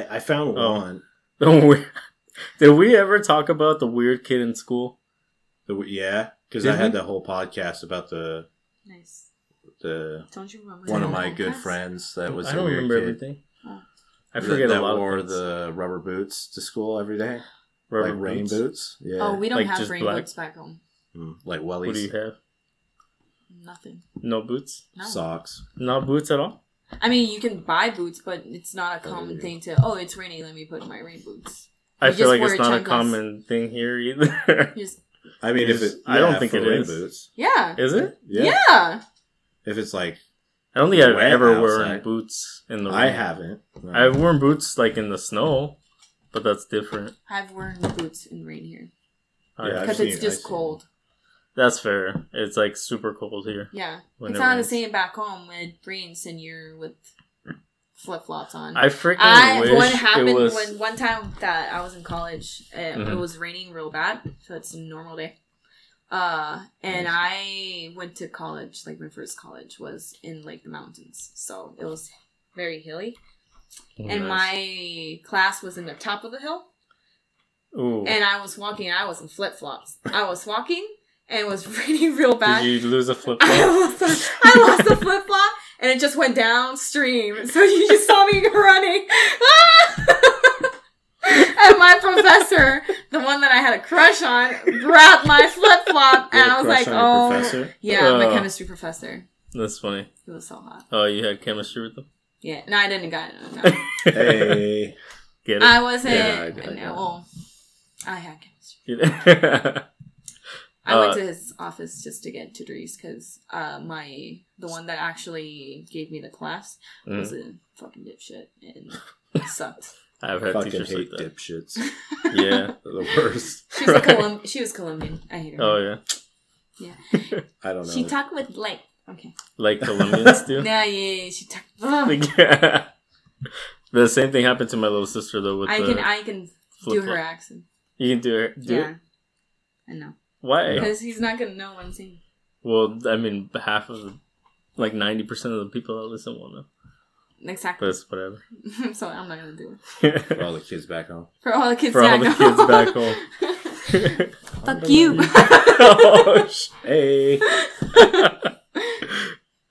I, I found
Oh.
one.
Uh, the we- did we ever talk about the weird kid in school?
The, yeah, because
Did
I had
we?
the whole podcast about the
Nice.
the
Don't you remember?
one of
that
my good
podcast?
friends that was.
I
a
don't
weird
remember
kid
everything.
Oh.
I
that-
forget
that,
a lot.
wore
of things.
the rubber boots to school every day,
Rubber
like rain
boots.
boots. Yeah,
Oh, we don't
Like,
have
just
rain
black?
boots back home.
Mm, like
What do you
wellies,
have?
Nothing.
No boots?
No.
socks.
No boots at all?
I mean, you can buy boots, but it's not a common
Oh.
thing to. Oh, it's raining. Let me put my rain boots.
I
You
feel
just
like it's
wear
not a
chungus.
common thing here either.
You just-
I mean, if it,
Yes. I don't
yeah,
think
for
it
rain
is.
boots.
yeah.
Is it?
Yeah.
yeah.
if it's like
I don't think I've
Wet
ever worn
outside.
boots in the rain.
I haven't. No.
I've worn boots like in the snow, but that's different.
I've worn boots in rain here
I-
Yeah. I've
because
seen-
it's
I've
just
seen.
cold.
That's fair. It's like super cold here.
Yeah,
When
it's
it
not
rains.
the same back home when it rains and you're with flip flops on.
I freaking
I
wish
what happened
it was.
when one time that I was in college, uh it
Mhm.
was raining real bad, so it's a normal day. Uh, and I went to college, like my first college was in like the mountains, so it was
Oh,
very hilly. And my class was in the top of the hill,
Ooh.
and I was walking. I was in flip flops. I was walking and it was raining real bad.
Did you lose a flip
I
flop?
lost a, I lost a flip flop and it just went downstream. So you just saw me running. Ah! and my professor, the one that I had a crush on, grabbed my flip flop and I was like, oh. Yeah, my
Uh.
chemistry professor.
That's funny.
He was so hot.
Oh, you had chemistry with them?
Yeah, no, I didn't got it. No.
Hey,
Get it.
I wasn't.
Yeah, I
I,
got it.
know. Well, I had chemistry.
Get it.
I
Uh,
went to his office just to get tutories because uh, my the one that actually gave me the class was
Mm.
a fucking dipshit and sucked.
I've had
fucking
teachers like
hate
that.
dipshits.
Yeah.
They're the worst.
She was,
Right.
a Colum- she was Colombian. I hate her.
Oh yeah.
I don't know.
She talked with like okay.
Like Colombians do.
Nah, yeah, yeah, yeah, she talked. Ugh.
Like, yeah. The same thing happened to my little sister though with
I
the
can I can do
flip-flop.
her accent.
You can do it. Do
yeah,
it.
I know
Why?
because he's not gonna know what I'm saying.
Well, I mean, half of the, like ninety percent of the people that listen will know. But
Exactly.
it's whatever.
so I'm not gonna do it
For all the kids back home.
for all the kids.
For all
back
the
home.
kids back home.
Fuck you.
oh, sh-
Hey.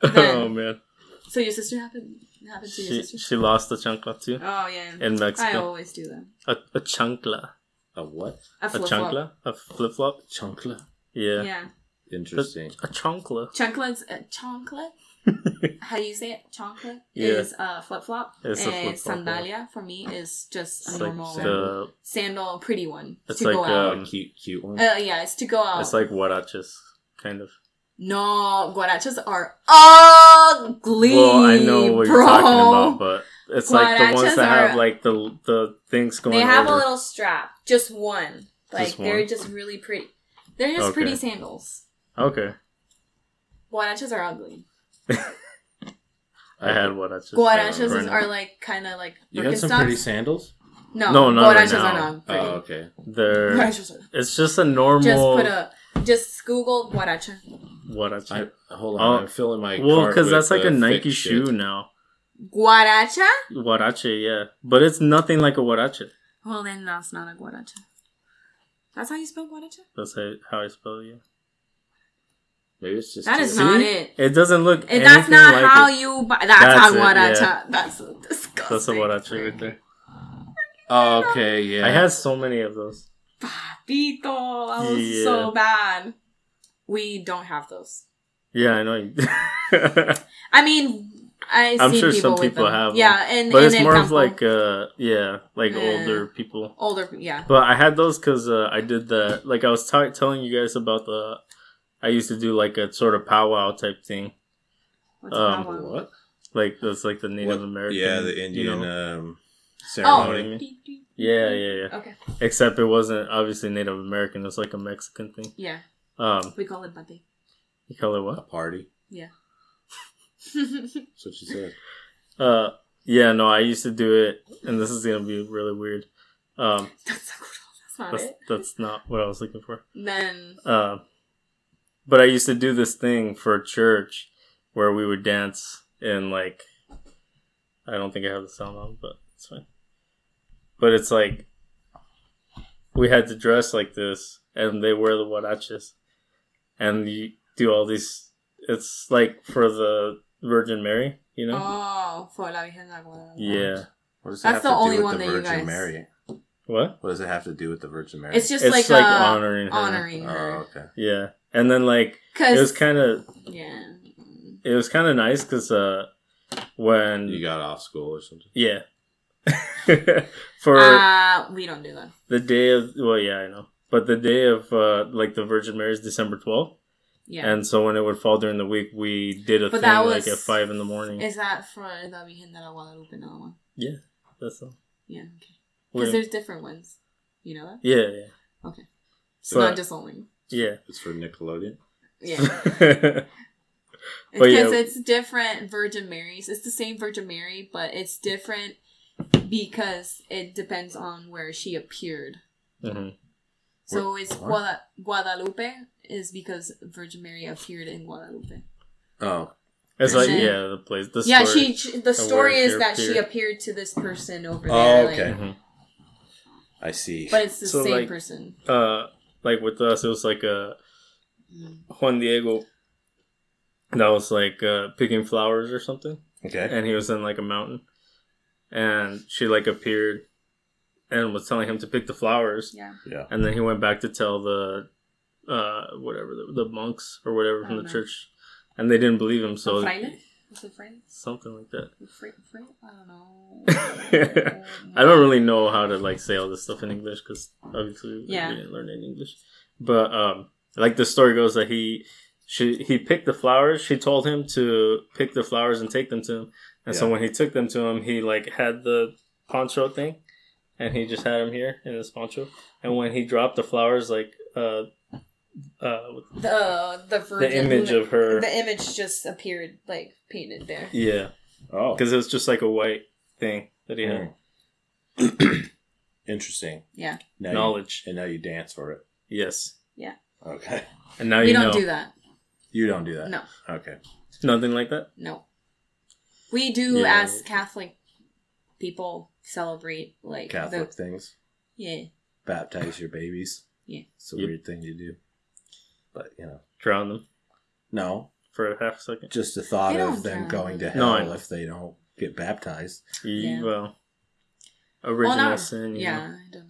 oh man,
so your sister happened happened to your
she
sister.
she lost a chancla too
Oh yeah.
in
I
Mexico.
always do that.
A, a chancla,
A what?
A
a
flip flop.
chancla, a flip flop.
Chunkla?
Yeah.
Yeah.
Interesting.
a chancla.
Chonklet's uh, chonklet. How do you say it? Chonklet
Yeah.
is uh, flip flop, and
It's a flip-flop, yeah.
sandalia for me is just a
It's like
normal
the
sandal, pretty one
It's
to
like,
go out.
um,
a cute, cute one.
Uh, yeah, it's to go out.
it's like huaraches, kind of.
no, guarachas are ugly.
Well, I know what
bro.
you're talking about, but it's like the ones
Huaraches
that have
are-
like the the things going.
they have
over.
a little strap, just one. Like
Just
they're
one?
just really pretty. They're just
Okay.
pretty sandals.
Okay,
Guarachas are ugly.
I had huaraches.
Guarachas
Right
is-
now.
are like kind of like
You had some
Birkenstocks.
pretty sandals?
No,
No,
no,
not right
guarachas
now.
are not pretty.
Oh, okay.
They're
Guarachas are-
it's just a normal
Just put a just Google guaracha.
huarache.
I, hold
Oh.
on. I'm filling my
well,
cart
because
with
that's like
the
a Nike
thick
shoe
shit.
now.
Guaracha?
Huarache, yeah, but it's nothing like a huarache.
Well, then that's not a guaracha. That's how you spell guaracha.
That's how, how I spell it. yeah.
Maybe it's just
That
a-
is not it.
It doesn't look.
And that's not
like
how
it.
you. Buy, that's,
That's
how
it,
guaracha.
yeah.
That's so disgusting.
That's a huarache right there.
Oh, okay, yeah.
I had so many of those.
Papito, I was
Yeah.
so bad. We don't have those.
Yeah, I know. you-
I mean, I
I'm
see
sure
people
some
with
people
them.
have
Yeah, and
but
and
it's
in
more of
Campo.
like uh yeah like
Yeah.
older people
older. Yeah,
but i had those because uh, i did the like i was ta- telling you guys about the i used to do like a sort of powwow type thing
What's
um,
that one?
What?
like that's like the native
What-
american
Yeah, the
you
Indian
know?
um,
Oh.
ceremony.
yeah yeah yeah
Okay.
except it wasn't obviously native american it's like a mexican thing
Yeah,
um
we call it papi.
you call it what
A party.
Wait,
That's what she said.
uh yeah no i used to do it and this is gonna be really weird um
that's not
that's,
it.
that's not what i was looking for
Then
Uh, but I used to do this thing for church where we would dance and like I don't think I have the sound on, but it's fine. But it's like we had to dress like this, and they wear the huaraches, and you do all these. It's like for the Virgin Mary, you know.
oh, for la Virgen de la Guadalupe.
yeah.
What does it
That's
have
the
to do
only
with the
one that you
Virgin
guys-
Mary?
What?
What does it have to do with the Virgin Mary?
it's just
it's
like,
like,
uh, honoring,
honoring her. Uh,
Oh,
her
okay.
Yeah, and then like
because
it was kind of
yeah.
it was kind of nice because uh when
You got off school or something.
Yeah. For
uh, we don't do that.
the day of, well, yeah, I know. But the day of, uh, like, the Virgin Mary is December 12th.
Yeah,
And so when it would fall during the week, we did a
But
thing,
that
like,
was-
at 5 in the morning.
is that for la Virgen de la Guadalupe? No one.
That's all.
Yeah, okay.
We-
Because there's different ones. You know that?
yeah, yeah.
Okay.
It's
It's
but,
not just only.
yeah.
It's for Nickelodeon.
Yeah, it's
But yeah.
because it's different Virgin Marys. It's the same Virgin Mary, but it's different because it depends on where she appeared.
Mhm.
So it's
what?
Guada- Guadalupe is because Virgin Mary appeared in Guadalupe.
Oh,
It's like,
And-
yeah, the place. The
yeah,
story.
she, she. The
where
story
she
is that she
appeared.
appeared to this person over
Mm-hmm.
Oh,
there.
okay.
like-
Mhm.
I see.
But it's the
So,
same
like-
person.
Uh, like with us, it was like a
Mm.
Juan Diego that was like uh, picking flowers or something,
Okay.
and he was in like a mountain, and she like appeared and was telling him to pick the flowers,
Yeah.
Yeah.
and then he went back to tell the uh whatever the, the monks or whatever from the
Oh, no.
church, and they didn't believe him, so
So, Freile? Was it Freile?
something like that.
Fre- Fre- I don't know.
I don't really know how to like say all this stuff in English because obviously like,
Yeah.
we didn't learn it in English. But um, like the story goes that he she he picked the flowers. She told him to pick the flowers and take them to him. And so
Yeah.
when he took them to him, he like had the poncho thing, and he just had him here in this poncho. And when he dropped the flowers, like uh, uh,
The the
the
virgin,
image of her,
the image just appeared like painted there.
yeah,
Oh,
because it was just like a white thing that he had
Mm. Interesting.
Yeah.
Now you,
knowledge.
and now you dance for it.
Yes,
Okay.
and now
we
you
don't
know
do that.
You don't do that.
No,
Okay.
nothing like that.
no. We do
Yeah.
as Catholic people celebrate like
Catholic
The,
things.
yeah.
Baptize your babies.
Yeah.
It's a
Yep.
weird thing to do. But, you know.
Drown them.
No.
for a half second.
Just the thought
They
of
don't
them
drown.
going to
No, I
hell
know.
if they don't get baptized.
Yeah.
Yeah.
Well, original
Well, not-
sin. you
yeah. I don't know.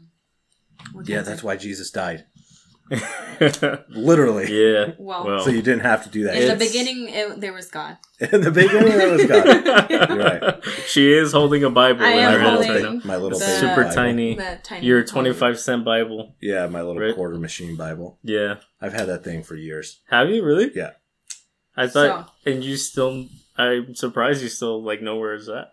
What
Yeah,
kinds
that's
of-
why Jesus died.
know.
Literally.
yeah.
Well,
Well,
So you didn't have to do that.
in the
it's-
beginning, it, there was God.
In the beginning, it was God. Right.
She is holding a Bible.
I
in
am
her hands
holding-
right now.
my little
the-
baby
super
Bible.
tiny.
The tiny
Your twenty-five cent Bible.
Yeah, my little
Right.
quarter machine Bible.
Yeah.
I've had that thing for years.
Have you really?
Yeah.
I thought, and you still. I'm surprised you still like know where it's at.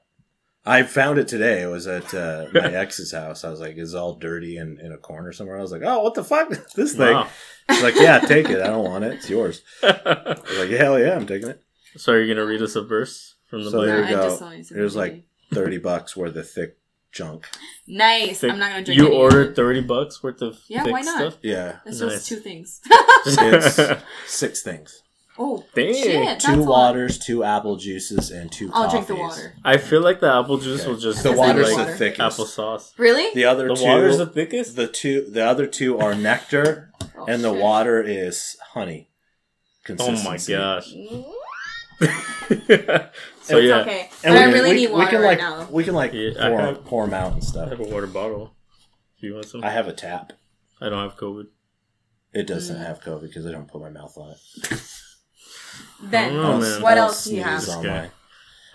I found it today. It was at uh, my ex's house. I was like, it's all dirty and in a corner somewhere. I was like, oh, what the fuck? This thing.
Wow.
She's like, yeah, take it. I don't want it. It's yours. I was like, hell yeah, I'm taking it.
so are you gonna read us a verse from the
So
Bible?
there
No,
you
I
go.
just saw these in the
There's, like,
beginning.
30 bucks worth of thick junk.
nice.
Thick-
I'm not gonna drink.
You
any of
ordered
it.
thirty bucks worth of
Yeah,
thick
why not?
stuff.
Yeah.
This
Nice.
was two things.
It's six things.
oh
Dang.
shit! That's
two
a lot.
waters, two apple juices, and 2
I'll
coffees.
drink the water.
I feel like the apple juice
Okay.
will just
the
It's
be
water's
like
the thickest.
applesauce.
Really?
The other
The
two,
water's the thickest.
the two, the other two are nectar,
Oh,
and the
shit.
water is honey.
Oh my
Consistency.
gosh!
Mm,
so
It's
yeah,
okay.
And
but I
we-
really
we-
need
we
water
can,
right
like,
now.
We can like
Yeah, I
pour,
have-
pour 'em out and
I
stuff.
have a water bottle. Do you want some?
I have a tap.
I don't have COVID.
It doesn't
Mm.
have COVID because I don't put my mouth on it.
Ben,
Oh,
I'll-
man.
what
I'll
else do you
sneeze
have?
This
on
guy.
mine.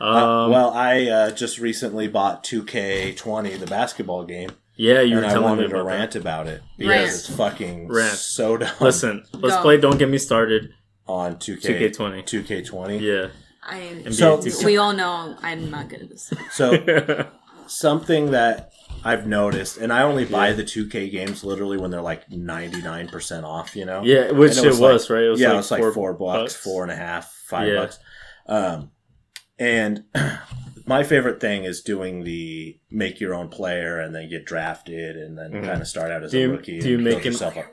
Um,
Uh, well, I uh, just recently bought 2K20, the basketball game,
yeah, you were
and I
telling me
wanted to
about
rant about it because
Rant.
it's fucking
Rant.
so dumb.
that. Listen, let's
Go.
play. Don't get me started.
on
Two K
2K
twenty.
2K20.
Yeah.
I am.
So-
we all know I'm not good at this.
So something that I've noticed, and I only buy
Yeah.
the 2K games literally when they're like 99% off. You know,
yeah, which
And
it
it
was,
was like-
right? It was
yeah,
like
it's like four, bucks,
bucks.
four and a half, five
Yeah.
bucks. Um, and my favorite thing is doing the make your own player and then get drafted and then
Mhm.
kind of start out as
Do you-
a rookie.
do
and
you
build
make him-
yourself up.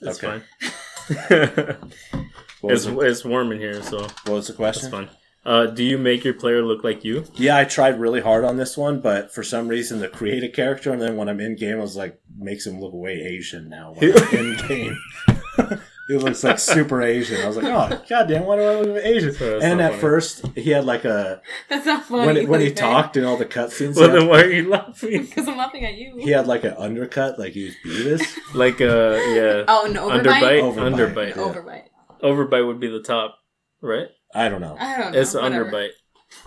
That's
Okay.
fine.
What
it's
was, the,
it's warm in here, so
what was the
that's
question?
fine. Uh, do you make your player look like you?
Yeah, I tried really hard on this one, but for some reason to create a character and then when I'm in game, I was like, makes him look way Asian now when I'm in game. he looks like super Asian. I was like, oh goddamn, why do I look Asian?
So that's
and
not
at
funny.
first, he had like a
That's not funny.
when it, when he talked and all the cutscenes.
Well,
he had-
then why are you laughing?
because I'm laughing at you.
He had like an undercut, like he was Beavis.
like, uh, yeah.
Oh, an overbite.
Underbite,
Overbite.
underbite.
An
Yeah.
overbite.
Overbite would be the top, right?
I don't know.
I don't know.
It's
whatever.
underbite.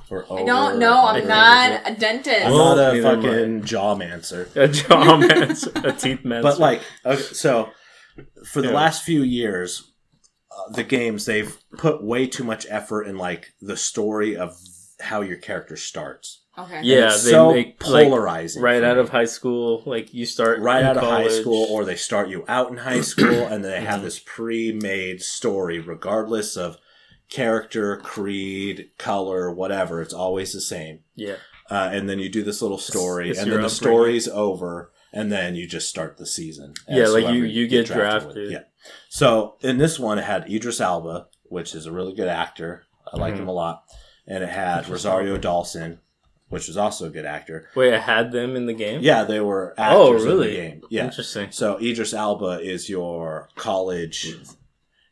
Or
I
over-
don't know. I'm
under-
not a dentist.
I'm
Well,
not a
neither am I.
fucking jaw mancer.
A jaw man's a teeth man's.
But like, okay, so for the
Yeah.
last few years, uh, the games they've put way too much effort in like the story of how your character starts.
okay.
yeah,
It's
they
so
make like
polarizing.
right
for
out
me.
of high school. Like you start
right
in
out of high
college.
school, or they start you out in high school, and they have
Mhm.
this pre-made story, regardless of character, creed, color, whatever. It's always the same.
yeah,
uh, and then you do this little story,
it's
and
your
then the
upbringing.
story's over, and then you just start the season. as
Yeah, like you-
whoever
you get
with.
drafted.
Yeah. So in this one, it had Idris Alba, which is a really good actor. I like
Mhm.
him a lot, and it had
Idris
Rosario Dawson, which was also a good actor.
Wait, I had them in the game.
Yeah, they were actors
Oh,
in
really?
the game. Yeah.
Interesting.
So Idris Alba is your college.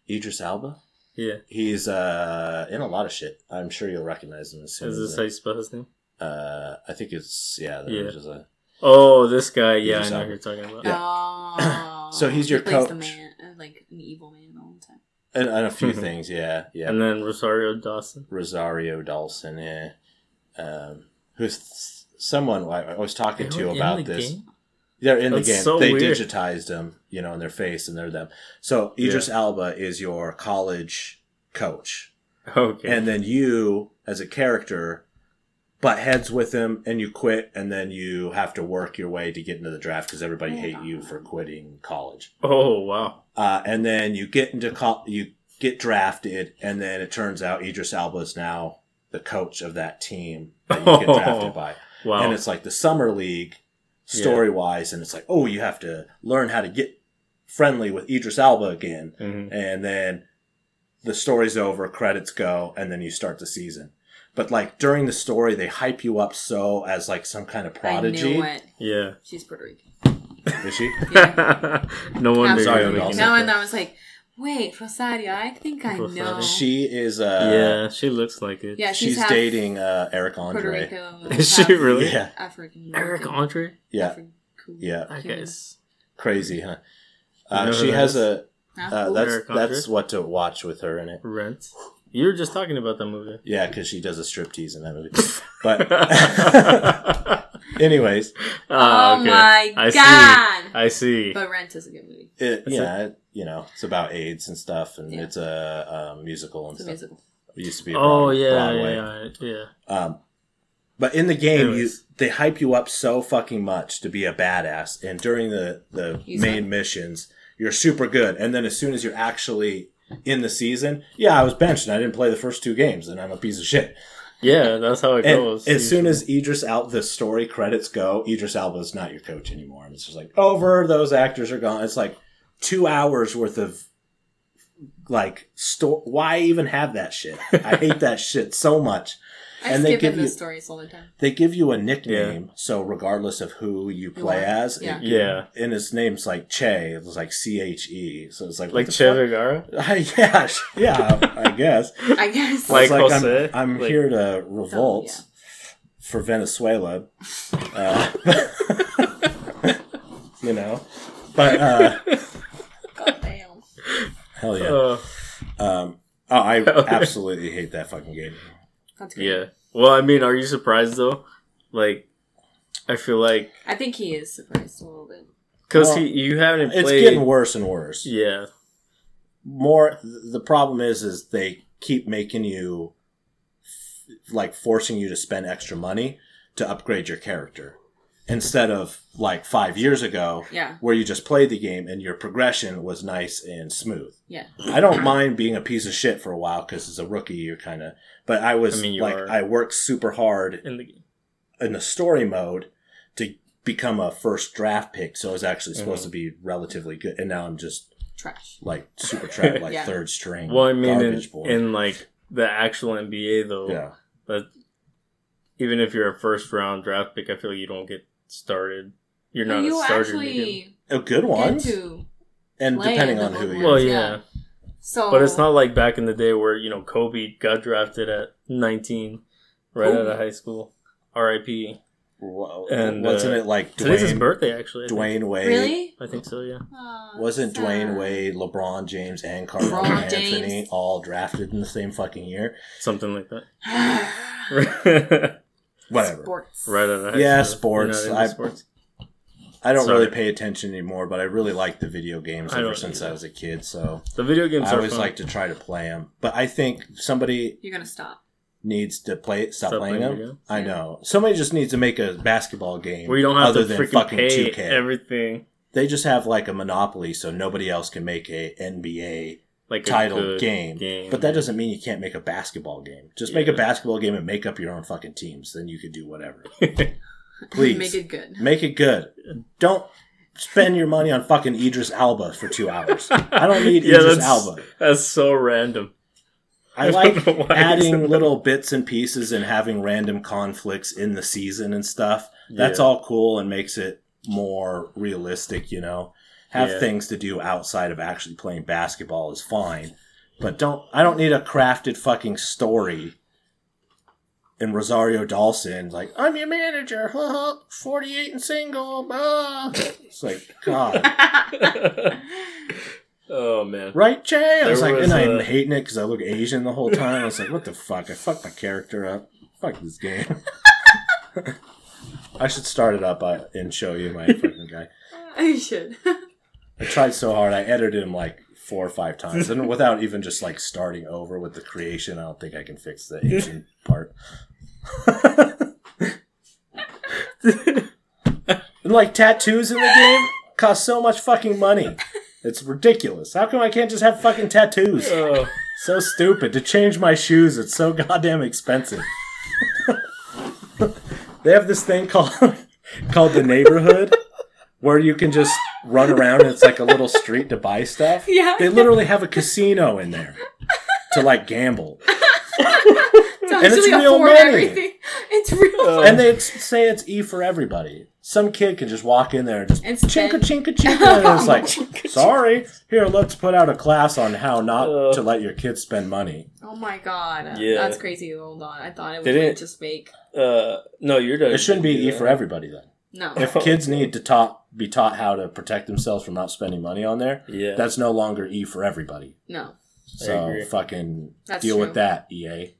Idris Alba?
Yeah.
He's uh, in a lot of shit. I'm sure you'll recognize him as soon
Is
as
this how you spell his name?
uh, I think it's yeah.
Yeah.
there's a-
Oh, this guy. Yeah, I
Idris
know
Elba.
who you're talking about.
Yeah.
Oh,
So he's your
he plays The
coach.
man, uh, like an evil man all the time.
and, and a few things. Yeah, yeah.
And then Rosario Dawson.
Rosario Dawson, yeah. Um, who's someone I I was talking
They
to
were in
about
the
this.
game?
They're in
That's
the game.
so
they
weird.
digitized them, you know, in their face, and they're them. So Idris Alba is your college coach,
Okay.
and then you, as a character, butt heads with him, and you quit, and then you have to work your way to get into the draft because everybody
Hold
hate you
on.
for quitting college.
oh wow.
Uh, and then you get into col- you get drafted, and then it turns out Idris Alba is now the coach of that team that you get drafted by
Wow.
and it's like the summer league
Yeah.
story wise and it's like oh you have to learn how to get friendly with idris alba again
Mhm.
and then the story's over credits go and then you start the season but like during the story they hype you up so as like some kind of
I
prodigy
knew it.
Yeah.
She's Puerto Rican.
is she
Yeah.
no wonder.
Sorry,
you're
Dawson.
making
now
that
and
up.
I was like, wait, Rosario. I think I know.
Rosario.
she is uh
yeah, she looks like it.
yeah, Oh. she's,
she's,
half
dating uh eric
Puerto
andre
Rico.
Is she
half
really?
yeah
African.
Eric Andre.
yeah
African-
yeah
I guess.
crazy huh
You
uh,
know who
she
that
has
is?
a
Huh?
uh,
Ooh.
that's
Eric Andre?
that's what to watch with her in it
Rent. You were just talking about that movie.
Yeah, because she does a striptease in that movie. But, anyways,
Ah,
Oh
okay.
my
I see.
god!
I see.
But Rent is a good movie.
it,
That's
yeah, it, you know, it's about AIDS and stuff, and
Yeah.
it's a, um musical and
It's a
stuff.
musical.
It used to be. A
Oh
Broad-
yeah,
Broadway.
yeah, yeah.
Um, but in the game, you
Anyways.
they hype you up so fucking much to be a badass, and during the the
You
main
suck.
missions, you're super good, and then as soon as you're actually in the season, yeah, I was benched and I didn't play the first two games, and I'm a piece of shit.
Yeah, that's how it
And
goes.
as soon as Idris out the story credits go, Idris Alba is not your coach anymore, and it's just like over. Those actors are gone. It's like two hours worth of like store. Why even have that shit? I hate that shit so much.
I
And they
skip in
give
those
you-
stories all the time.
They give you a nickname, so regardless of who you play
are,
as,
yeah.
it-
yeah,
and his name's like Che. It was like C H E. So it's like what
like
the
Che Vergara.
fuck? yeah, yeah. I guess.
I guess.
Like
It's like,
Jose?
I'm, I'm
Like-
here to revolt
So,
for Venezuela. Uh, you know, but uh,
God Oh, damn.
hell yeah.
Uh,
Um, oh, I
Hell yeah.
absolutely hate that fucking game.
That's good.
yeah. Well, I mean, are you surprised though? Like, I feel like
I think he is surprised a little bit.
because
Well,
he you haven't
It's
played.
getting worse and worse.
yeah,
More, the problem is, is they keep making you, f- like, forcing you to spend extra money to upgrade your character, instead of like five years ago,
Yeah.
where you just played the game and your progression was nice and smooth.
Yeah.
I don't mind being a piece of shit for a while because as a rookie, you're kind of. But I was
I mean, you
like,
are.
I worked super hard
in the game.
in the story mode to become a first draft pick, so I was actually supposed
Mm-hmm.
to be relatively good, and now I'm just
Trash.
like super trapped, like
Yeah.
third string.
Well, I mean, in,
garbage boy.
in like the actual NBA though,
yeah,
but even if you're a first round draft pick, I feel like you don't get started. You're not
Are you
a starter. in the game.
actually
a Oh, good one,
get to?
and
play
depending
the
on who
whole
you.
Well,
are.
yeah.
Yeah. So.
But it's not like back in the day where, you know, Kobe got drafted at 19, right out
Kobe.
of high school. RIP.
Well,
And,
wasn't
uh,
it like
Today's his
Dwayne,
birthday, actually. I think.
Dwayne Wade?
Really?
I think so, yeah.
Aw,
Wasn't
sad.
Dwayne Wade, LeBron James, and Carmelo
LeBron
Anthony
James.
all drafted in the same fucking year?
Something like that. right
Whatever.
Sports.
out of high
Yeah,
school. You're not
sports.
into
I-
sports.
I don't
Sorry.
really pay attention anymore, but I really like the video games
I
ever
don't
since
either.
I was a kid. So
The video games
I
are
always
fun.
like to try to play them. But I think somebody
You're gonna stop.
needs to play stop,
Stop
playing
playing
them.
video games?
I know somebody just needs to make a basketball game
where you don't have
other
to
than
freaking
fucking
pay
2K.
everything
they just have like a monopoly, so nobody else can make a NBA
like a
title
good
game.
game.
But that doesn't mean you can't make a basketball game. Just make a
Yeah.
basketball game and make up your own fucking teams. Then you can do whatever. Please.
Make it good.
Make it good. Don't spend your money on fucking Idris Alba for two hours. I don't need
Yeah,
Idris
that's-
Alba.
That's so random.
I
I
like
don't know why I said
adding
that.
little bits and pieces and having random conflicts in the season and stuff. That's
Yeah.
all cool and makes it more realistic, you know. Have
Yeah.
things to do outside of actually playing basketball is fine, but don't I don't need a crafted fucking story. And Rosario Dawson, like, I'm your manager, 48 and single, blah. It's like, God.
oh man.
Right, Jay? I was
There
like,
was
and I'm
a-
hating it because I look Asian the whole time. I was like, what the fuck? I fucked my character up. Fuck this game. I should start it up uh, and show you my fucking guy.
I should.
I tried so hard. I edited him like four or five times, and without even just like starting over with the creation, I don't think I can fix the Asian part. And, like tattoos in the game cost so much fucking money. It's ridiculous. How come I can't just have fucking tattoos?
Oh,
So stupid. To change my shoes, it's so goddamn expensive. they have this thing called called the neighborhood where you can just run around and it's like a little street to buy stuff.
Yeah.
They literally have a casino in there to like gamble.
To
it's
actually
real
afford
money. Uh,
everything. It's real.
Oh.
And they ex- say it's E for everybody. Some kid can just walk in there and just
And
chinka
spend-
chinka chinka and it's like sorry, here let's put out a class on how not
Uh.
to let your kids spend money.
oh my god.
Yeah.
That's crazy. Hold on. I thought it was
They didn't-
like just fake.
uh, no, you're done.
It shouldn't be E for everybody then.
No.
if kids need to taught be taught how to protect themselves from not spending money on there,
Yeah.
that's no longer E for everybody.
No.
So
agree.
fucking
That's
deal with
true.
that, EA.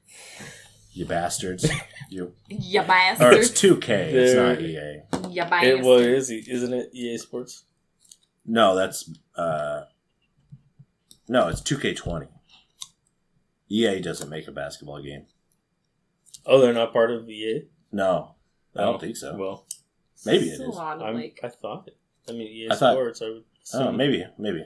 You bastards. you
Ya
or it's
bastard.
two K, it's
There-
not E EA.
Ya
it
bastard.
well, it is isn't it? EA Sports.
No, that's uh no, it's two K twenty. EA doesn't make a basketball game.
Oh, they're not part of EA.
No. I
Oh,
don't think so.
Well,
maybe it
It's a
is.
lot of,
I'm,
like-
I thought it. I mean, EA
I thought-
Sports. I would.
oh,
assume.
maybe, maybe.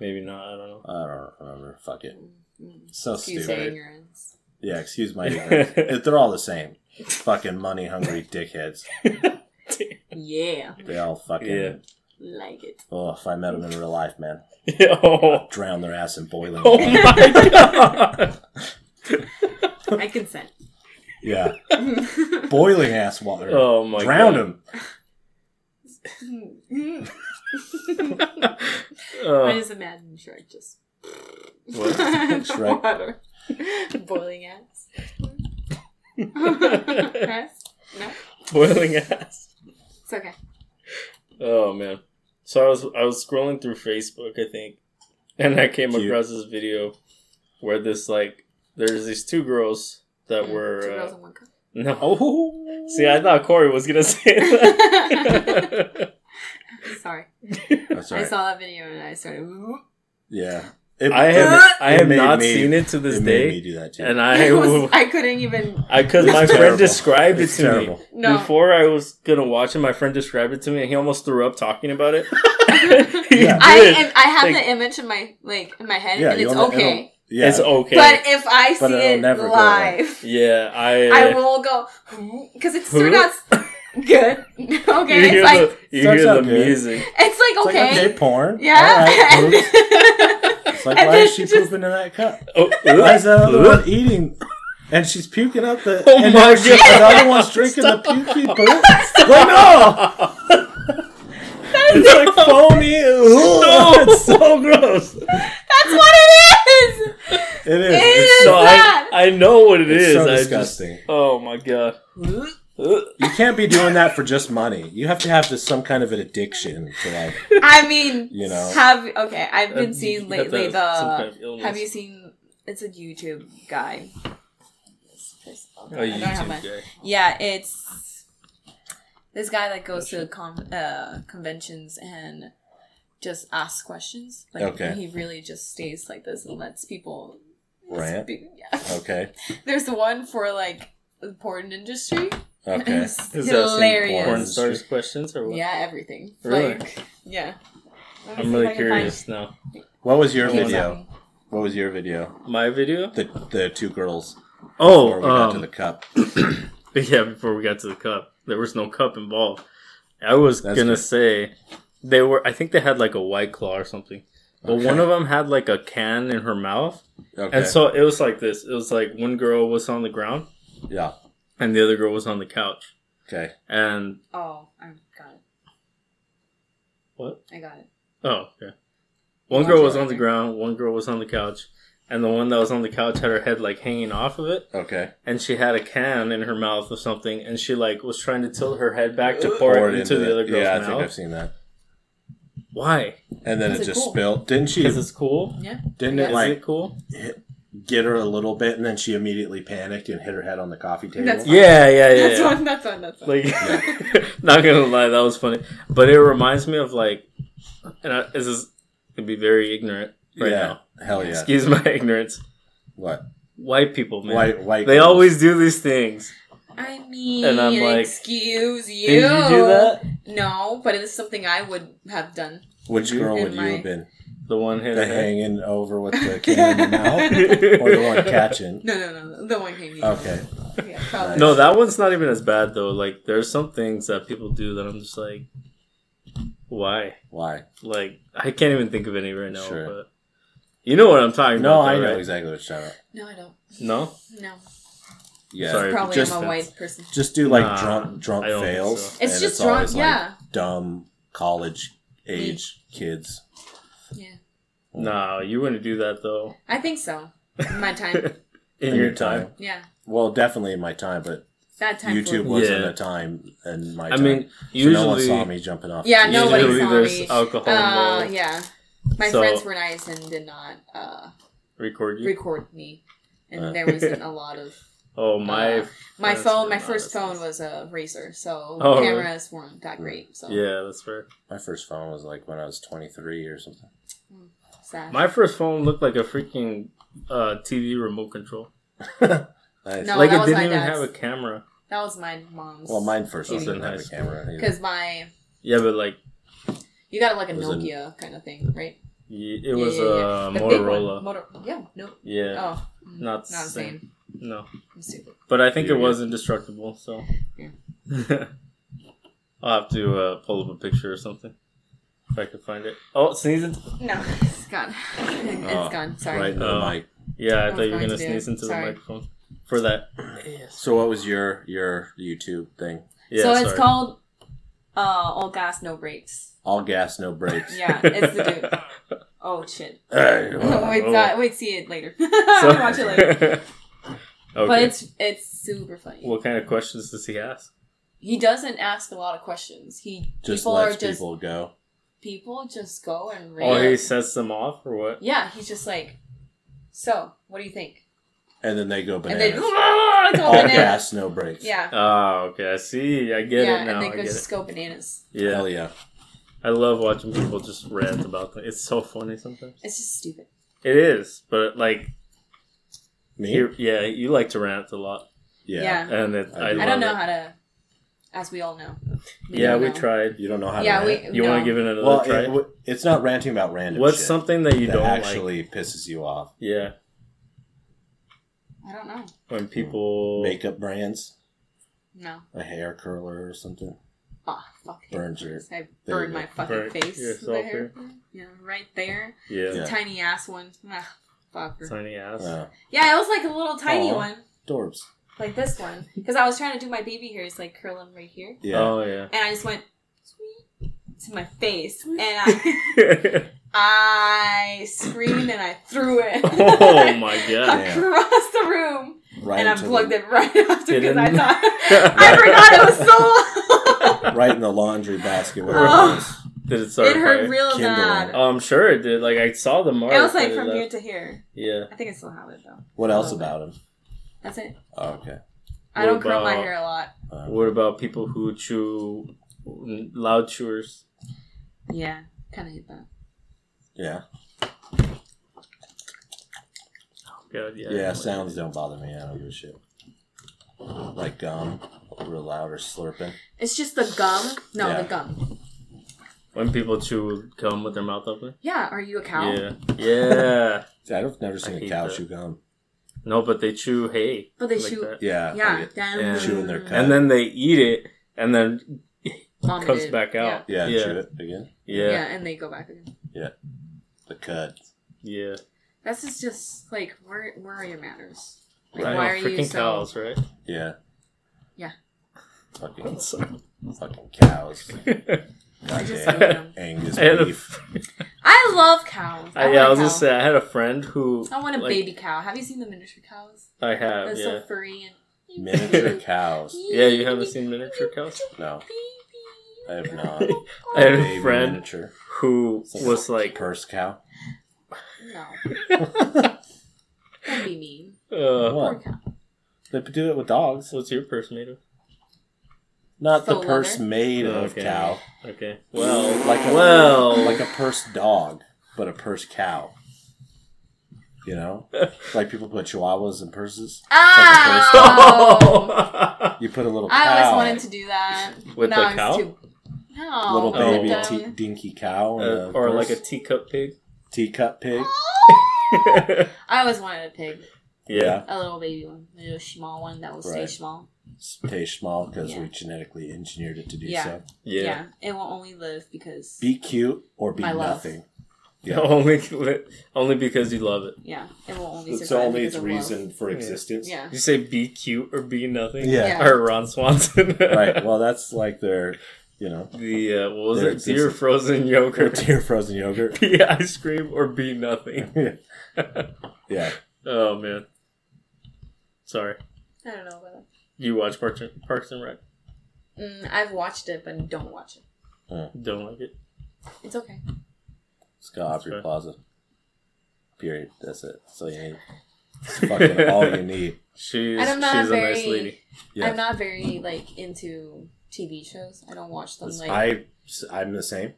Maybe not. I don't know.
I don't remember. Fuck it.
Mm,
So
Excuse
stupid.
my ignorance.
Yeah, excuse my ignorance. It- They're all the same. Fucking money hungry dickheads.
Yeah.
They all fucking.
Yeah.
Like it.
Oh, if I met them in real life, man,
oh.
drown their ass in boiling.
oh
water.
my god.
I consent.
Yeah, boiling ass water.
Oh my
drown
god.
them.
I
Uh,
just imagine Shrek just
What?
Shrek?
water. Boiling ass. Ass? no,
boiling ass.
it's okay.
Oh man. So I was I was scrolling through Facebook, I think, and I came
Cute.
across this video where this like there's these two girls that were
Mm, two girls
uh,
and one cup.
no.
Oh,
See, I thought Corey was gonna say that.
Sorry,
that's
I
right.
saw that video and I started.
Oh, Yeah, It-
I
it-
have I
it
have
made
not
me-
seen it to this
it made me
day,
do that too.
and
I,
I
was, I couldn't even.
I because my
It's
friend
terrible.
described it
it's
to me.
terrible.
No,
Before I was gonna watch it, my friend described it to me, and he almost threw up talking about it. He
Yeah.
I
did.
am, I have
Like-
the image in my like in my head,
Yeah,
and
you
it's
don't-
okay.
it'll- Yeah,
It's okay.
But if I
But
see
it'll
it
never go
live,
yeah, I. uh,
I will go because it's still not s- good.
You
Okay,
hear
it's like
the, you
Starts
hear the
out good.
music.
it's
It's
like
like,
okay,
okay, porn. All
yeah. and
right, oops. it's like
and
why is
then
she
just-
pooping in that cup?
Oh,
Why is that other one eating? And she's puking up the.
Oh
and
my
the
God.
other one's drinking the pukey poop. Like no. It's like foamy.
No,
Ugh.
it's so gross.
that's what it is.
It is.
It
It's
is
So I,
that.
I know what it
It's
is.
so
I
disgusting.
Just, oh my god.
You can't be doing that for just money. You have to have this, some kind of an addiction to like.
I mean,
You know.
have okay. I've been
Uh,
seeing
you have to
lately
have
the.
some kind of illness.
have you seen? It's a YouTube guy. This person-
A
I don't have
YouTube
my-
guy.
Yeah, it's this guy that goes to con- uh, conventions and just asks questions. Like
Okay.
he really just stays like this and lets people
Rant?
speak- Yeah.
Okay.
There's one for like the porn industry.
Okay.
It's
Is that same
hilarious.
Porn stars questions or what?
Yeah, everything.
Really?
Like, yeah. Let me
I'm
see if I
really
can
curious now.
What was your
find-
video? What was your video?
My video?
The the two girls.
Oh,
Before we got to
um,
the cup.
yeah, before we got to the cup, there was no cup involved. I was
That's
gonna
good.
say they were. I think they had like a white claw or something, But
Okay.
one of them had like a can in her mouth,
Okay.
and so it was like this. It was like one girl was on the ground
yeah.
and the other girl was on the couch,
Okay.
and
Oh, I got it.
What?
I got it.
Oh, okay. One
Watch
girl
it,
was on the
okay.
ground, one girl was on the couch, and the one that was on the couch had her head like hanging off of it,
Okay.
and she had a can in her mouth of something, and she like was trying to tilt her head back to
Or
pour it into, the other girl's
Yeah, I
mouth.
think I've seen that.
Why?
And then
Is
it
it
just
cool?
spilled. Didn't she?
Because it's cool.
Didn't
Yes.
it like
Is it cool?
get her a little bit, and then she immediately panicked and hit her head on the coffee table?
That's fine.
Yeah, yeah, yeah.
That's
yeah.
on. That's on. That's on.
Like, not gonna lie, that was funny, but it reminds me of like, and I, this is gonna be very ignorant right
yeah.
now.
Hell yeah.
Excuse my ignorance.
What?
White people, man.
White. White.
They
girls.
always do these things.
I mean,
And I'm like,
excuse you.
Did you do that?
No, but it's something I would have done.
Which girl
In
would you
my-
have been?
The one hit
The
head.
hanging over with the can in the mouth, or the one catching?
No, no, no. The one came.
Okay.
Yeah, probably.
No, that one's not even as bad though. Like there's some things that people do that I'm just like, why?
Why?
Like I can't even think of any right now.
Sure.
But you know what I'm talking
No,
about.
I
though,
know
right?
exactly what you're talking about.
No, I don't.
No,
No.
Yeah.
Sorry. Or if
Probably
just-
I'm a white person.
Just do like
Nah,
drunk drunk
I don't think
fails.
so.
It's
and
just drunk.
always, like,
yeah.
dumb college age kids.
Yeah.
no, you wouldn't do that though.
I think so. My time.
In,
In
your
your
time.
Yeah.
Well, definitely in my time, but
That time.
YouTube
flew.
wasn't
Yeah.
a time in my
I
time.
mean,
so
usually,
no one saw me jumping off.
Yeah,
the-
nobody
usually
saw
there's
me.
alcohol
Uh,
involved.
yeah. My
So-
friends were nice and did not uh,
Record you.
record me, and
Uh.
there wasn't a lot of
oh my.
Uh, my
friends
phone.
did
My
not.
first
That's
phone was a Razer, so
Oh, really?
cameras weren't
Mm.
that great. So
Yeah, that's fair.
My first phone was like when I was 23 or something.
sad.
My first phone looked like a freaking uh, TV remote control.
Nice.
No,
like
that
it
was
didn't
my
even
dad's.
have a camera.
that was my mom's.
Well, mine first one
TV.
didn't have a camera. Either.
because my
Yeah, but like
you got like a
It was a-
Nokia kind of thing, right?
y- it
Yeah,
was
yeah, yeah.
uh,
The big one.
Motorola.
Motor- yeah. No.
Yeah,
Oh, mm,
not
not the
same.
same.
No,
I'm stupid.
but I think
Yeah,
it was indestructible. So
Yeah.
I'll have to uh, pull up a picture or something if I could find it. Oh, sneeze! it-
No, it's gone. It's
Oh,
gone. Sorry.
Right in the
Oh.
mic.
Yeah, I,
I was
thought you were
going
gonna
to do
sneeze
it.
into
Sorry.
the microphone for that.
So what was your your YouTube thing?
Yeah,
so it's
sorry.
called uh, All Gas No Brakes.
All gas, no brakes.
Yeah, it's the dude. Oh shit!
Hey,
Oh,
well,
wait,
Oh.
not- wait, see it later. Watch it
okay.
later. But it's it's super funny.
what kind of questions does he ask?
he doesn't ask a lot of questions. He
just
people are
lets
just people.
people go.
just go and read.
Oh, he sets them off or what?
yeah, he's just like, so what do you think?
And then they go
And
bananas.
then it's
All
all bananas.
gas, no brakes.
Yeah,
Oh, okay. I see. I get
yeah,
it now.
and
I
they go
get it.
just go bananas.
Yeah,
Hell yeah.
I love watching people just rant about things. It's so funny sometimes.
It's just stupid.
It is, but like,
Me?
you yeah, you like to rant a lot,
Yeah,
yeah.
and it, I,
I do.
I,
love
don't know
it.
how to, as we all know.
yeah,
don't
we
know.
tried.
You don't know how
Yeah,
to rant?
we.
You
no.
want to give it another
Well,
try?
it, w- it's not ranting about random
What's
shit
something that you
that
don't like?
actually pisses you off.
Yeah,
I don't know.
when people
Makeup brands,
No.
a hair curler or something.
Oh, fuck. it.
Burns your-
I
there
burned
you
my
go.
fucking
Burn
face. With
yourself
the hair. Yeah, right there.
yeah,
Yeah.
Tiny ass one. Ah, fucker.
tiny ass.
Uh,
Yeah, it was like a little tiny
Aw.
one,
Dorbs.
like this one, because I was trying to do my baby hairs like curl them right here,
Yeah.
Oh yeah.
and I just went "Sweet," to my face, and I I screamed and I threw it.
oh my god.
Damn.
Across the room,
right
and I
into
plugged
the,
it right after because I
Didn't-
thought I forgot it was so long.
Right in the laundry basket where
Oh.
it was.
Did it start?
it
fire?
hurt real
Kindle.
bad.
Oh, I'm sure it did. Like Oh, I saw the mark.
It was like
when
from
left.
here to here.
Yeah.
I think I still have it though.
What else about him?
That's it.
Oh, okay.
I
What
don't curl my
about-
hair a lot.
Uh,
What about people who chew loud chewers?
Yeah, kind of hate that.
yeah.
God, yeah.
yeah. sounds don't bother me. I don't give a shit. Like gum, real loud or slurping.
It's just the gum. No,
Yeah.
the gum.
When people chew gum with their mouth open.
Yeah, are you a cow?
Yeah. Yeah.
See, I've never seen a
hate
cow
that.
chew gum.
no, but they chew hay.
But they
like
shoot.
that.
Yeah. I
Yeah,
get-
down
Yeah.
Chewing their cut.
And then they eat it, and then
Vomited.
comes back out.
Yeah,
Yeah.
chew it again.
Yeah.
Yeah.
and they go back again.
Yeah. the cut.
Yeah.
This is just like where where are your manners? Like,
Right.
Why
Oh,
are you
freaking
so?
cows, right?
Yeah.
Yeah.
Fucking
I'm sorry.
fucking cows.
I just
Goddamn
hate them.
Angus
I had a
beef.
I love cows.
I,
want
yeah,
a
I was
cow.
just saying, I had a friend who
I want a
like,
baby cow. Have you seen the miniature cows?
I have,
That's
yeah.
so furry and
Oh, Miniature cows.
Yeah, you haven't seen miniature cows?
No, I have not.
Oh,
I had a
Baby
friend
miniature
who was like,
purse cow.
No, don't be mean.
uh,
Poor
What?
cow.
They do it with dogs.
what's your purse made of?
Not the
Faux
purse
leather?
made of
Okay.
cow.
Okay. Well,
like a,
well.
Oh, like a purse dog, but a purse cow. You know, like people put chihuahuas in purses.
Oh,
You put a little cow,
I always wanted to do that.
With
now
the
I'm
cow?
Too... No,
little
Oh.
baby
dumb.
te- dinky cow, in
Uh,
a
or
purse.
like a teacup pig.
teacup pig.
I always wanted a pig,
yeah.
a little baby one, a little small one that will stay
Right.
small.
Stay small because
Yeah.
we genetically engineered it to do
Yeah.
so.
Yeah.
Yeah.
it will only live because
Be cute or be
My love.
nothing. Yeah.
only, only because you love it.
yeah, it will only.
It's
survive
only
because
its
of
reason for
Yeah.
existence.
Love. Yeah,
You say be cute or be nothing.
Yeah.
Yeah.
Or Ron Swanson.
right. Well, that's like their, you know,
The uh, what was
Their
it? Deer
existence.
frozen
their
yogurt.
tear frozen yogurt.
be ice cream or be nothing.
Yeah.
Oh man. Sorry.
I don't know about
You watch Parks and, Parks and Rec?
that. Mm, I've watched it, but don't watch it.
Don't like it.
It's okay.
Scott
That's
Aubrey
fair.
Plaza. Period. That's it. So you need. It's fucking all you need.
She's
And
she's a
I'm not very.
nice lady.
Yeah.
I'm not very like into TV shows. I don't watch them. Like
I I'm the same.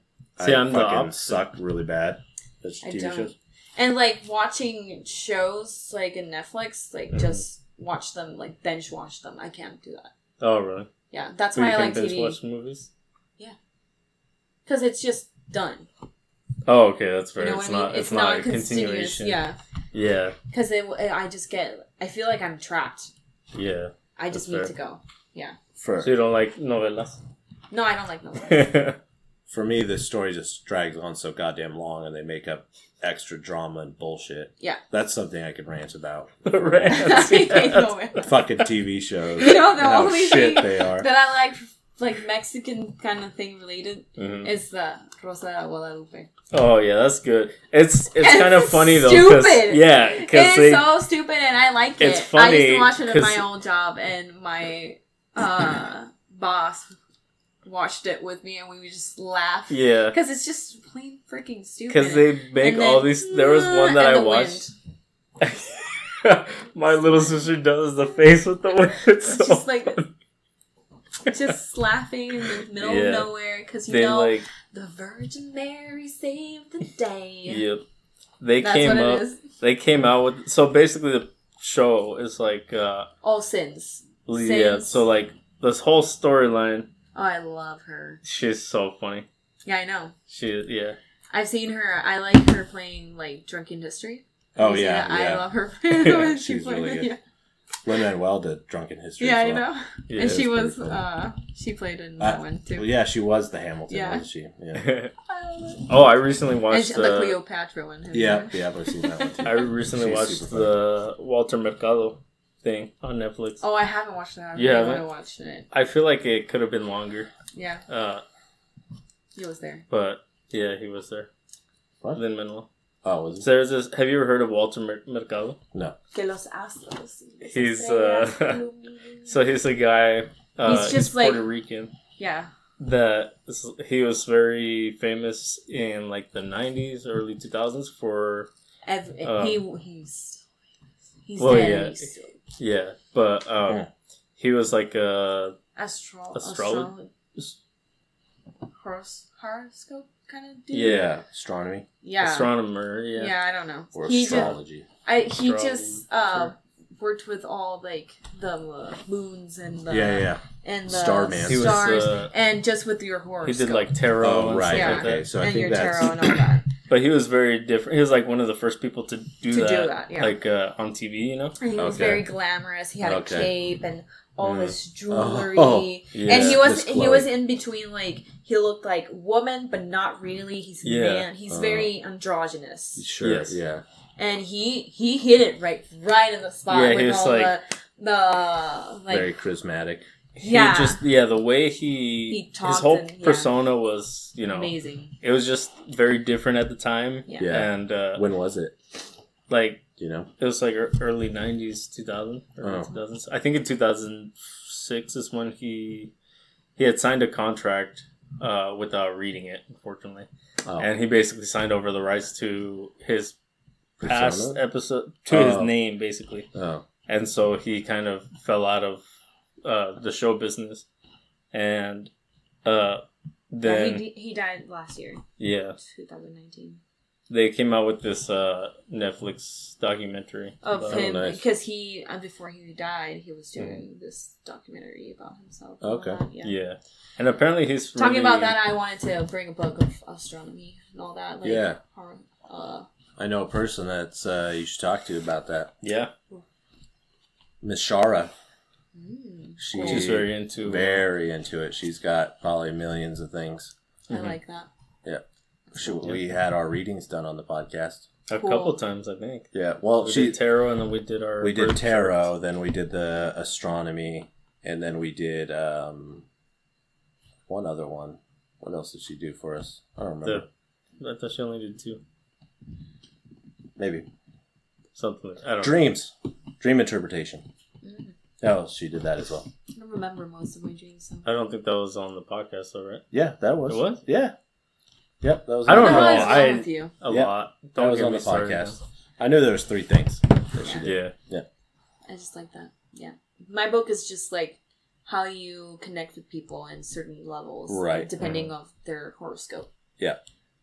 See,
I
I'm the
fucking
opposite.
suck really bad. That's
I
TV
don't.
shows.
and like watching shows like in Netflix, like
Mhm.
just watch them, like binge watch them. I can't do that.
Oh really?
Yeah, that's
Where
why
you
I
can
like
binge
TV
watch movies?
because it's just done.
Oh okay, that's
You
fair.
know what
it's
I mean?
not it's, not, a
continuous.
continuation.
Yeah,
Yeah.
because it, I just get. I feel like I'm trapped.
Yeah.
I just
That's
need
fair.
to go.
For
So you don't like Mm-hmm. novellas?
No, I don't like no.
for me, this story just drags on so goddamn long, and they make up extra drama and bullshit.
Yeah.
that's something I could rant about.
Rants,
I
yes.
know it.
fucking TV shows.
You know,
and
the
how
only
shit
thing
they are.
that I like, like Mexican kind of thing related,
Mhm.
is the Rosa de Guadalupe.
Oh yeah, that's good. It's it's kind of
It's
funny though. 'cause-
stupid.
yeah,
It is
because they
so stupid, and I like it.
It's funny
I used to watch it at
'cause-
my old job, and my uh, boss watched it with me, and we would just laugh
yeah
because it's just plain freaking stupid.
because they make
And
all
then,
these. There was one that
and
I
the
watched.
wind.
My little sister does the face with the wind. It's
It's
so
just like
funny.
just laughing in the middle
Yeah.
of nowhere because you
they
know
like
the Virgin Mary saved the day.
yep. They
That's
came
what
up.
it is.
They came out with so basically the show is like uh
All sins.
yeah.
Sins.
So like this whole storyline,
Oh, I love her.
she's so funny.
Yeah, I know.
She yeah.
I've seen her. I like her playing like Drunken History.
Oh
You see
yeah,
that? I
yeah.
love her.
Yeah,
She
she's
played-
really good.
Yeah,
Lin Manuel did Drunken History.
Yeah,
as
I
well.
know.
yeah.
and she
it's pretty
was.
cool.
uh She played in
Uh,
that one too.
Well, yeah, she was the Hamilton,
Yeah.
wasn't she? Yeah,
oh, I recently
and
watched.
she,
uh,
the Cleopatra one. isn't
yeah,
it?
yeah. I've seen that one too.
I recently
She's
watched
super funny.
the Walter Mercado thing on Netflix.
Oh, I haven't watched that. I
You
really
haven't?
want to watch it.
I feel like it could have been longer,
Yeah,
uh,
he was there.
but yeah, he was there.
What?
Lin Manuel.
Oh, was it?
There's this. Have you ever heard of Walter Mer- Mercado?
Que los astros. y las
He's,
estrellas
uh,
iluminan.
So he's a guy. Uh,
He's
he's
just like-
Puerto Rican.
yeah,
That is- he was very famous in like the '90s, early 2000s for
ev-
Uh,
he he's he's
well,
dead.
yeah.
He's
yeah, but um,
Yeah.
he was like a
astro-
Astrolog-
astrology, horos- horoscope kind of dude.
yeah,
Astronomy
yeah,
astronomer.
yeah.
Yeah,
I don't know.
or
he just,
astrology.
I, he
Astrology,
just uh,
sure.
worked with all like the uh, moons and the
yeah, yeah.
and the
Starman.
he was.
stars
Uh,
and just with your horoscope.
he did like tarot.
Oh,
and
right.
Stuff
Yeah.
like
Okay,
that.
so I
and your
think
tarot
that's
and all that.
But he was very different. He was like one of the first people to do
To do
that,
that, yeah.
like uh, on TV, you know.
And he was
Okay.
very glamorous. He had
Okay.
a cape and all
Mm.
this jewelry.
Oh. Yeah,
and he
Miss
was he was
Chloe.
in between like he looked like woman but not really. He's
Yeah. uh-huh.
man. He's
Uh.
very androgynous.
sure
Yes.
yeah
And he he hit it right right in the spot
Yeah, he was
with all
like-
the the like
very charismatic
Yeah.
He just yeah, the way he,
He talked
his whole
and- yeah.
persona was, you know,
amazing.
it was just very different at the time.
Yeah.
yeah
And uh,
when was it
like
you know
it was like ear- early 90s 2000 early
Oh.
2000s. i think in 2006 is when he he had signed a contract uh, without reading it unfortunately
oh
and he basically signed over the rights to his past
Persona?
episode to his
Oh.
name basically
oh
and so he kind of fell out of uh, the show business and uh,
he,
then
di- he died last year,
yeah
2019.
they came out with this uh, netflix documentary
Of
about-
Oh,
him
nice.
because he uh, before he died he was doing this documentary about himself. and all
Okay.
that,
Mm. yeah. and apparently he's
Talking
really-
about that, I wanted to bring a book of astronomy and all that. Like,
Yeah.
Or, uh,
i know a person that's uh you should talk to about that
yeah
miss shara
mm,
she-
cool.
She's very into
very into it she's got probably millions of things
I
Mhm.
like that.
she, we had our readings done on the podcast
a
cool.
couple times, I think.
yeah well
We
she
did tarot, and then we did our
we did
birth
tarot then we did the astronomy and then we did um one other one what else did she do for us i don't remember
The- charts. I thought she only did two,
maybe
something. Like, I don't
dreams dream interpretation
Mm.
oh she did that as well
I don't remember most of my dreams. So.
know. I don't think that was on the podcast, though, right?
yeah that was
It was
yeah yep that was
I don't
How
know,
is it
I-
with you?
a
Yeah.
lot.
that was
get
on
me
the
started
podcast i knew there was three things that she
now.
did
Yeah,
I just like that. Yeah, my book is just like how you connect with people in certain levels,
Right. Mm-hmm.
Depending of their horoscope.
Yeah.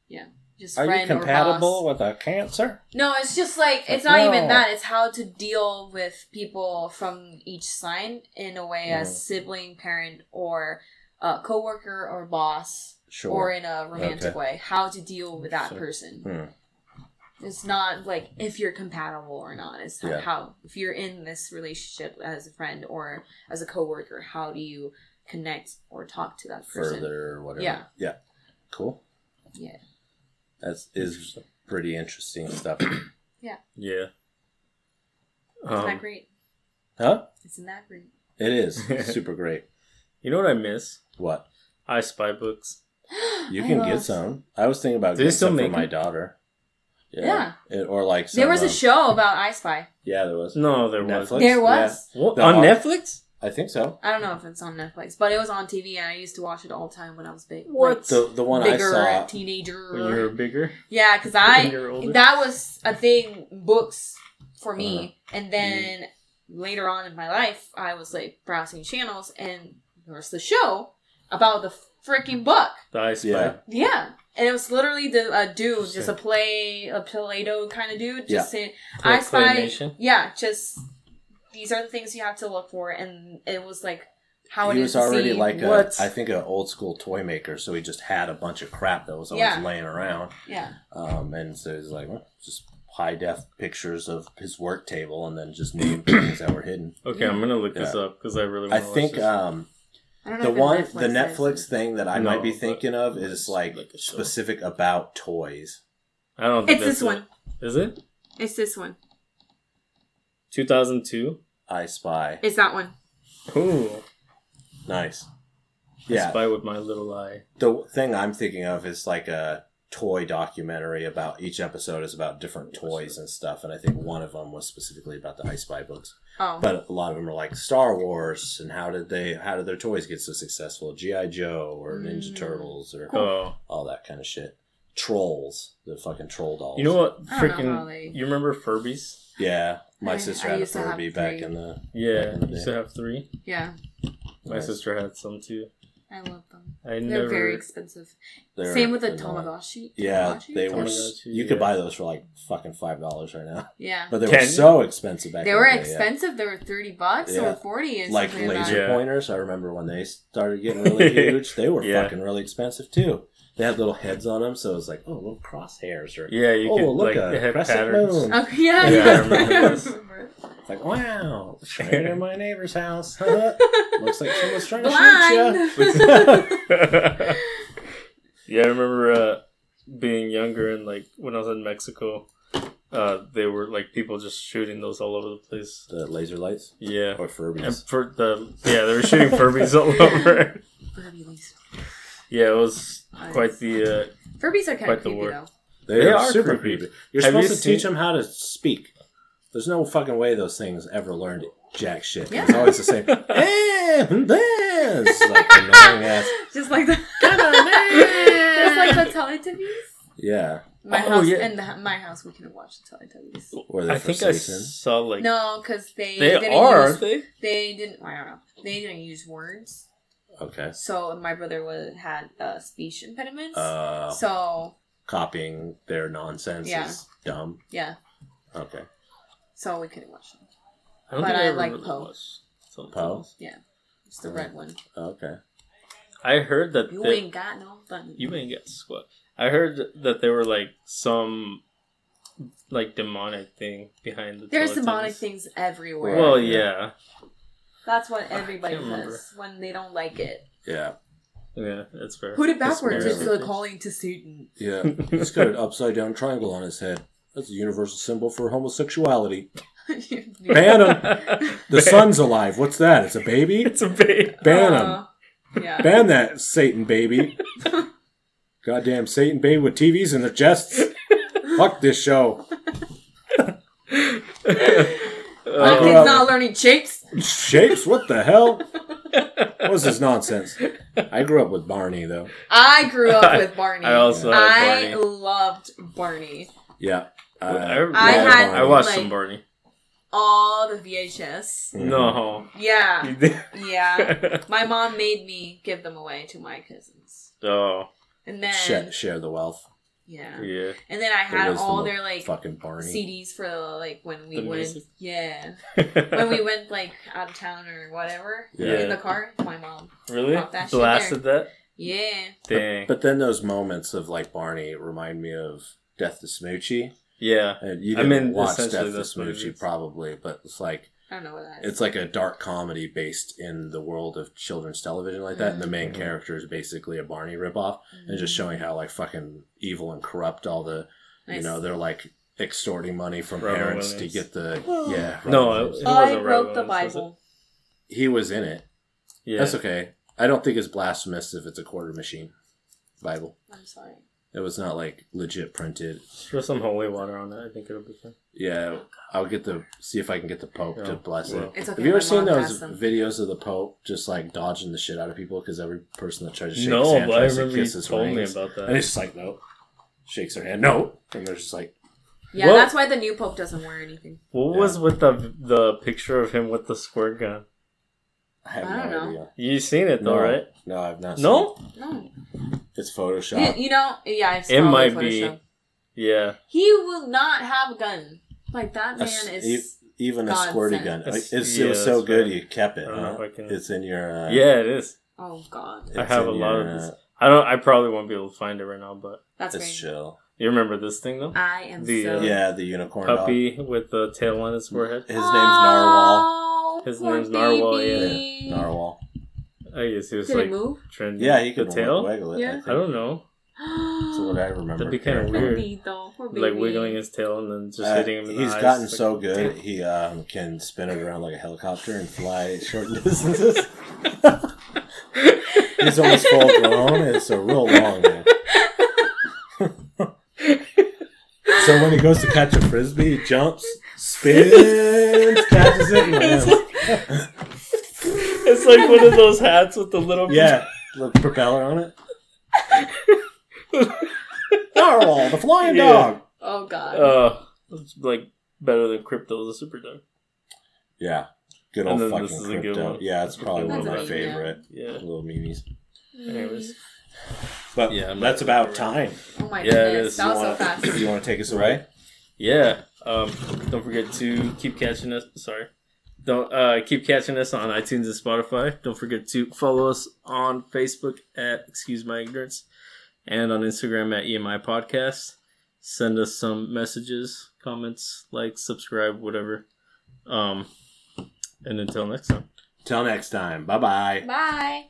Yeah. Just
are you
friend
compatible
Or boss.
with a cancer
No, it's just like it's not
No.
even that. It's how to deal with people from each sign in a way
Mhm.
as sibling, parent, or uh, coworker, or boss.
sure
or in a romantic
Okay.
way how to deal with that
Sure.
person
Hmm.
it's not like if you're compatible or not it's
Yeah.
how if you're in this relationship as a friend or as a coworker how do you connect or talk to that person
further or whatever
Yeah.
yeah cool
Yeah.
that is pretty interesting stuff
yeah.
isn't
Um,
that great
huh
isn't that great
It is super great.
you know what I miss?
What
I spy books.
you
I
can
love-
get some. I was thinking about
Do they
getting
still
some for
make
my
them?
daughter.
Yeah.
It- or like
there was
some,
a
um,
show about i spy
Yeah, there was.
No, there
Netflix?
was
there was
what,
The
on
Hawk-
Netflix.
I think so.
i don't know if it's on netflix but it was on tv and i used to watch it all the time when i was big
What?
The the one I
bigger
saw.
teenager
When you were bigger,
Yeah, because
When you're
Uh, I
older.
that was a thing books for me,
Uh-huh.
and then later on in my life, I was like browsing channels, and there was the show about the freaking book.
the I Spy.
Yeah.
Yeah, and it was literally the a dude, just a
Interesting.
play, a Play-Doh kind of dude, just
Yeah.
saying,
Play-
"I spy."
Claymation?
Yeah, just these are the things you have to look for, and it was like how it
he
is
was
to
already
see
like a,
what-
I think an old school toy maker, so he just had a bunch of crap that was always
Yeah.
laying around.
yeah,
Um, and so he's like well, just high def pictures of his work table, and then just named things that were hidden.
Okay, I'm gonna look this
Yeah.
up because I really.
I
wanna watch
think
this.
um,
I don't know
the
if it
one the
Netflix is.
Netflix thing that I
No,
might be
but-
thinking of is like
Like a show.
specific about toys.
I don't. Think
It's this one.
Is it
It's this one.
2002?
I Spy.
It's that one.
Ooh.
Nice.
Yeah.
Yeah.
Spy with my little eye.
The thing I'm thinking of is like a toy documentary about each episode is about different toys and stuff. And I think one of them was specifically about the I Spy books.
Oh,
But a lot of them are like Star Wars and how did they, how did their toys get so successful? G.I. Joe or Ninja
Mm.
Turtles or
Oh,
all that kind of shit. Trolls, the fucking troll dolls.
you know what?
I don't know
Freaking.
how they-
you remember Furbies?
Yeah. My
I-
sister
I
had a
used to have
Furby back
three.
in the.
Yeah.
in the
I used
day.
to have three.
yeah,
My sister had some too.
I love them.
I
They're
never.
very expensive.
They're-
Same with the
they're not-
Tamagotchi.
Yeah,
Tamagotchi?
they were.
Tamagotchi,
you could
yeah.
buy those for like fucking five dollars right now,
Yeah,
but they were
Can you?
so expensive back.
they
in
were
the day, yeah.
expensive. They were thirty bucks
Yeah.
or forty, and
Like
something like
laser
that.
Yeah.
pointers, I remember when they started getting really huge. They were
Yeah.
fucking really expensive too. They had little heads on them, so it was like, oh, little crosshairs or
Yeah, you
Oh,
could
well, look,
like
a
it had
crescent
patterns.
moon.
Oh, yeah,
Yeah, I
yeah.
remember this.
It's like, wow, straight in my neighbor's house. Huh? Looks like someone's trying to
Blind.
shoot you.
yeah, I remember uh, being younger and like when I was in Mexico, uh, they were like people just shooting those all over the place.
the laser lights
Yeah,
or
and
Furbies.
for the yeah they were shooting Furbies all over.
Furbies.
Yeah, it was quite the. Uh,
Furbies are kind
Quite
of
the
creepy
word.
though.
They,
They
are,
are
super
creepy.
creepy. You're
Have you
supposed to teach
seen-
them how to speak. There's no fucking way those things ever learned jack shit. It's
Yeah.
always the same. Eh, this like annoying ass.
Just like the just like the Teletubbies.
Yeah,
My
Oh,
house
yeah.
and the, my house we couldn't watch the Teletubbies.
or they
I think I saw like
No, because they
they
didn't
are
use,
aren't they?
they didn't I don't know they didn't use words.
Okay.
So my brother was had uh, speech impediments.
Oh.
Uh,
so
copying their nonsense
Yeah.
is dumb.
yeah,
Okay.
so we couldn't watch them.
I don't
But
think I,
I
ever
like
really
Poe.
watched something
Poe?
else.
It's the
Mm.
red one.
Okay.
I heard that
You
they-
ain't got no fun.
You may get squat. I heard that there were like some like demonic thing behind the.
There's
Teletubbies.
demonic things everywhere.
Well,
Yeah.
yeah,
That's what
I
everybody
can't remember.
says when they don't like it.
Yeah.
yeah, that's fair.
Put it backwards.
It's
It's the
mirror.
calling to Satan.
Yeah. He's got an upside down triangle on his head. That's a universal symbol for homosexuality. Ban him. The
Ban-
sun's alive. What's that? It's a baby?
It's a baby.
Ban him.
Uh, yeah.
Ban that Satan baby. Goddamn Satan baby with TVs in their chests. Fuck this show.
Um,
My
grew
kid's
up-
not learning shapes.
Shapes? What the hell? What's this nonsense? I grew up with Barney though.
I grew up with Barney.
I also had
I
Barney.
loved Barney.
Yeah. Uh,
I
yeah,
had-
I
Barney.
watched
like-
some Barney.
All the VHS.
Mhm.
No.
Yeah,
You did-
yeah. My mom made me give them away to my cousins,
oh
and then
Share, share the wealth.
yeah,
yeah.
and then I had
was the
all
mo-
their like
Fucking Barney.
CDs for like when we
The
went,
music?
yeah, when we went like out of town or whatever
Yeah.
in the car. My mom,
really
Pop that shit
blasted that.
yeah,
Dang.
But then those moments of like Barney remind me of Death to Smoochie.
yeah.
And you
I
didn't
mean,
watch
essentially
Death to
that's what it
Smoochie
is.
probably, but it's like
I don't know what that is.
it's like a dark comedy based in the world of children's television like that. And the main
Mhm.
character is basically a Barney ripoff, and just showing how like fucking evil and corrupt all the you
Nice.
know they're like extorting money from
Robin
parents
Williams.
to get the yeah.
No,
Robin
it-
Williams.
it
Oh, I
wasn't
wrote the
Romans, was it?
Bible.
he was in it.
Yeah.
That's okay. I don't think it's blasphemous if it's a quarter machine Bible.
I'm sorry.
It was not like legit printed.
Throw some holy water on it. I think it'll be fine.
Yeah, I'll get the see if I can get the Pope
Yeah.
to bless
Well,
it.
It's okay.
Have you ever
my
seen
mom
those
has them.
videos of the Pope just like dodging the shit out of people because every person that tries to shake his
No,
hand
but I
tries to
remember you
kiss his
told me
rings.
about
And
that.
it's just like no, shakes their hand no, and they're just like
Yeah,
Well-
that's why the new pope doesn't wear anything.
What
Yeah.
was with the the picture of him with the squirt gun?
I have
I don't
no
know.
idea.
You seen it though,
No.
right?
No, I've not.
No.
seen
No,
it. it's Photoshop.
you, you know, yeah, I've
It
scrolled
might be.
Photoshop.
Yeah.
He will not have a gun. Like that
A
man
s-
is.
e- even a
God
squirty
sent.
gun. Like,
That's-
it's,
yeah,
it was
that's
so good
right.
you kept it.
I don't know
huh?
if I can-
It's in your. Uh,
yeah, it is.
Oh God,
I
it's
have
in
a lot
your,
of this.
uh,
I don't. I probably won't be able to find it right now. But
that's
It's
great.
chill.
you remember this thing though?
I am
The,
so.
uh,
Yeah, the unicorn dog.
Puppy with the tail on his forehead.
His name's Narwhal.
Oh,
His
poor
name's Narwhal, yeah.
baby.
Narwhal.
I guess he was
Did
like
it move?
trending.
Yeah, he
the
could
tail.
wiggle it.
Yeah.
I,
I don't know.
That's what I remember.
That'd be kinda
correctly.
weird.
Bonito, poor
Like
baby.
wiggling his tail and then just
Uh,
hitting him. In the
he's
eyes.
gotten
Like,
so good, he um, can spin it around like a helicopter and fly short distances. he's almost full grown. It's a real long man. so when he goes to catch a frisbee, he jumps, spins, catches it, and lands.
It's like one of those hats with the little
Yeah, the propeller on it. Narwhal, the flying
Yeah.
dog.
Oh God.
Uh, it's like better than Crypto the Super Dog.
Yeah, good
And
old
then
fucking
this is a good
crypto.
one.
Yeah, it's probably one of my
That's a good one.
favorite
Yeah.
little memes.
Anyways,
But
Yeah,
yeah,
I'm
that's
not gonna
about time.
oh my
Yeah, it is.
goodness, that
You
was so
wanna,
fast.
you want to take us away?
yeah. Um, don't forget to keep catching us. Sorry, don't uh, keep catching us on iTunes and Spotify. Don't forget to follow us on Facebook at Excuse My Ignorance. and on Instagram at EMI Podcast. Send us some messages, comments, like, subscribe, whatever. Um, and until next time.
Till next time. Bye bye.
Bye.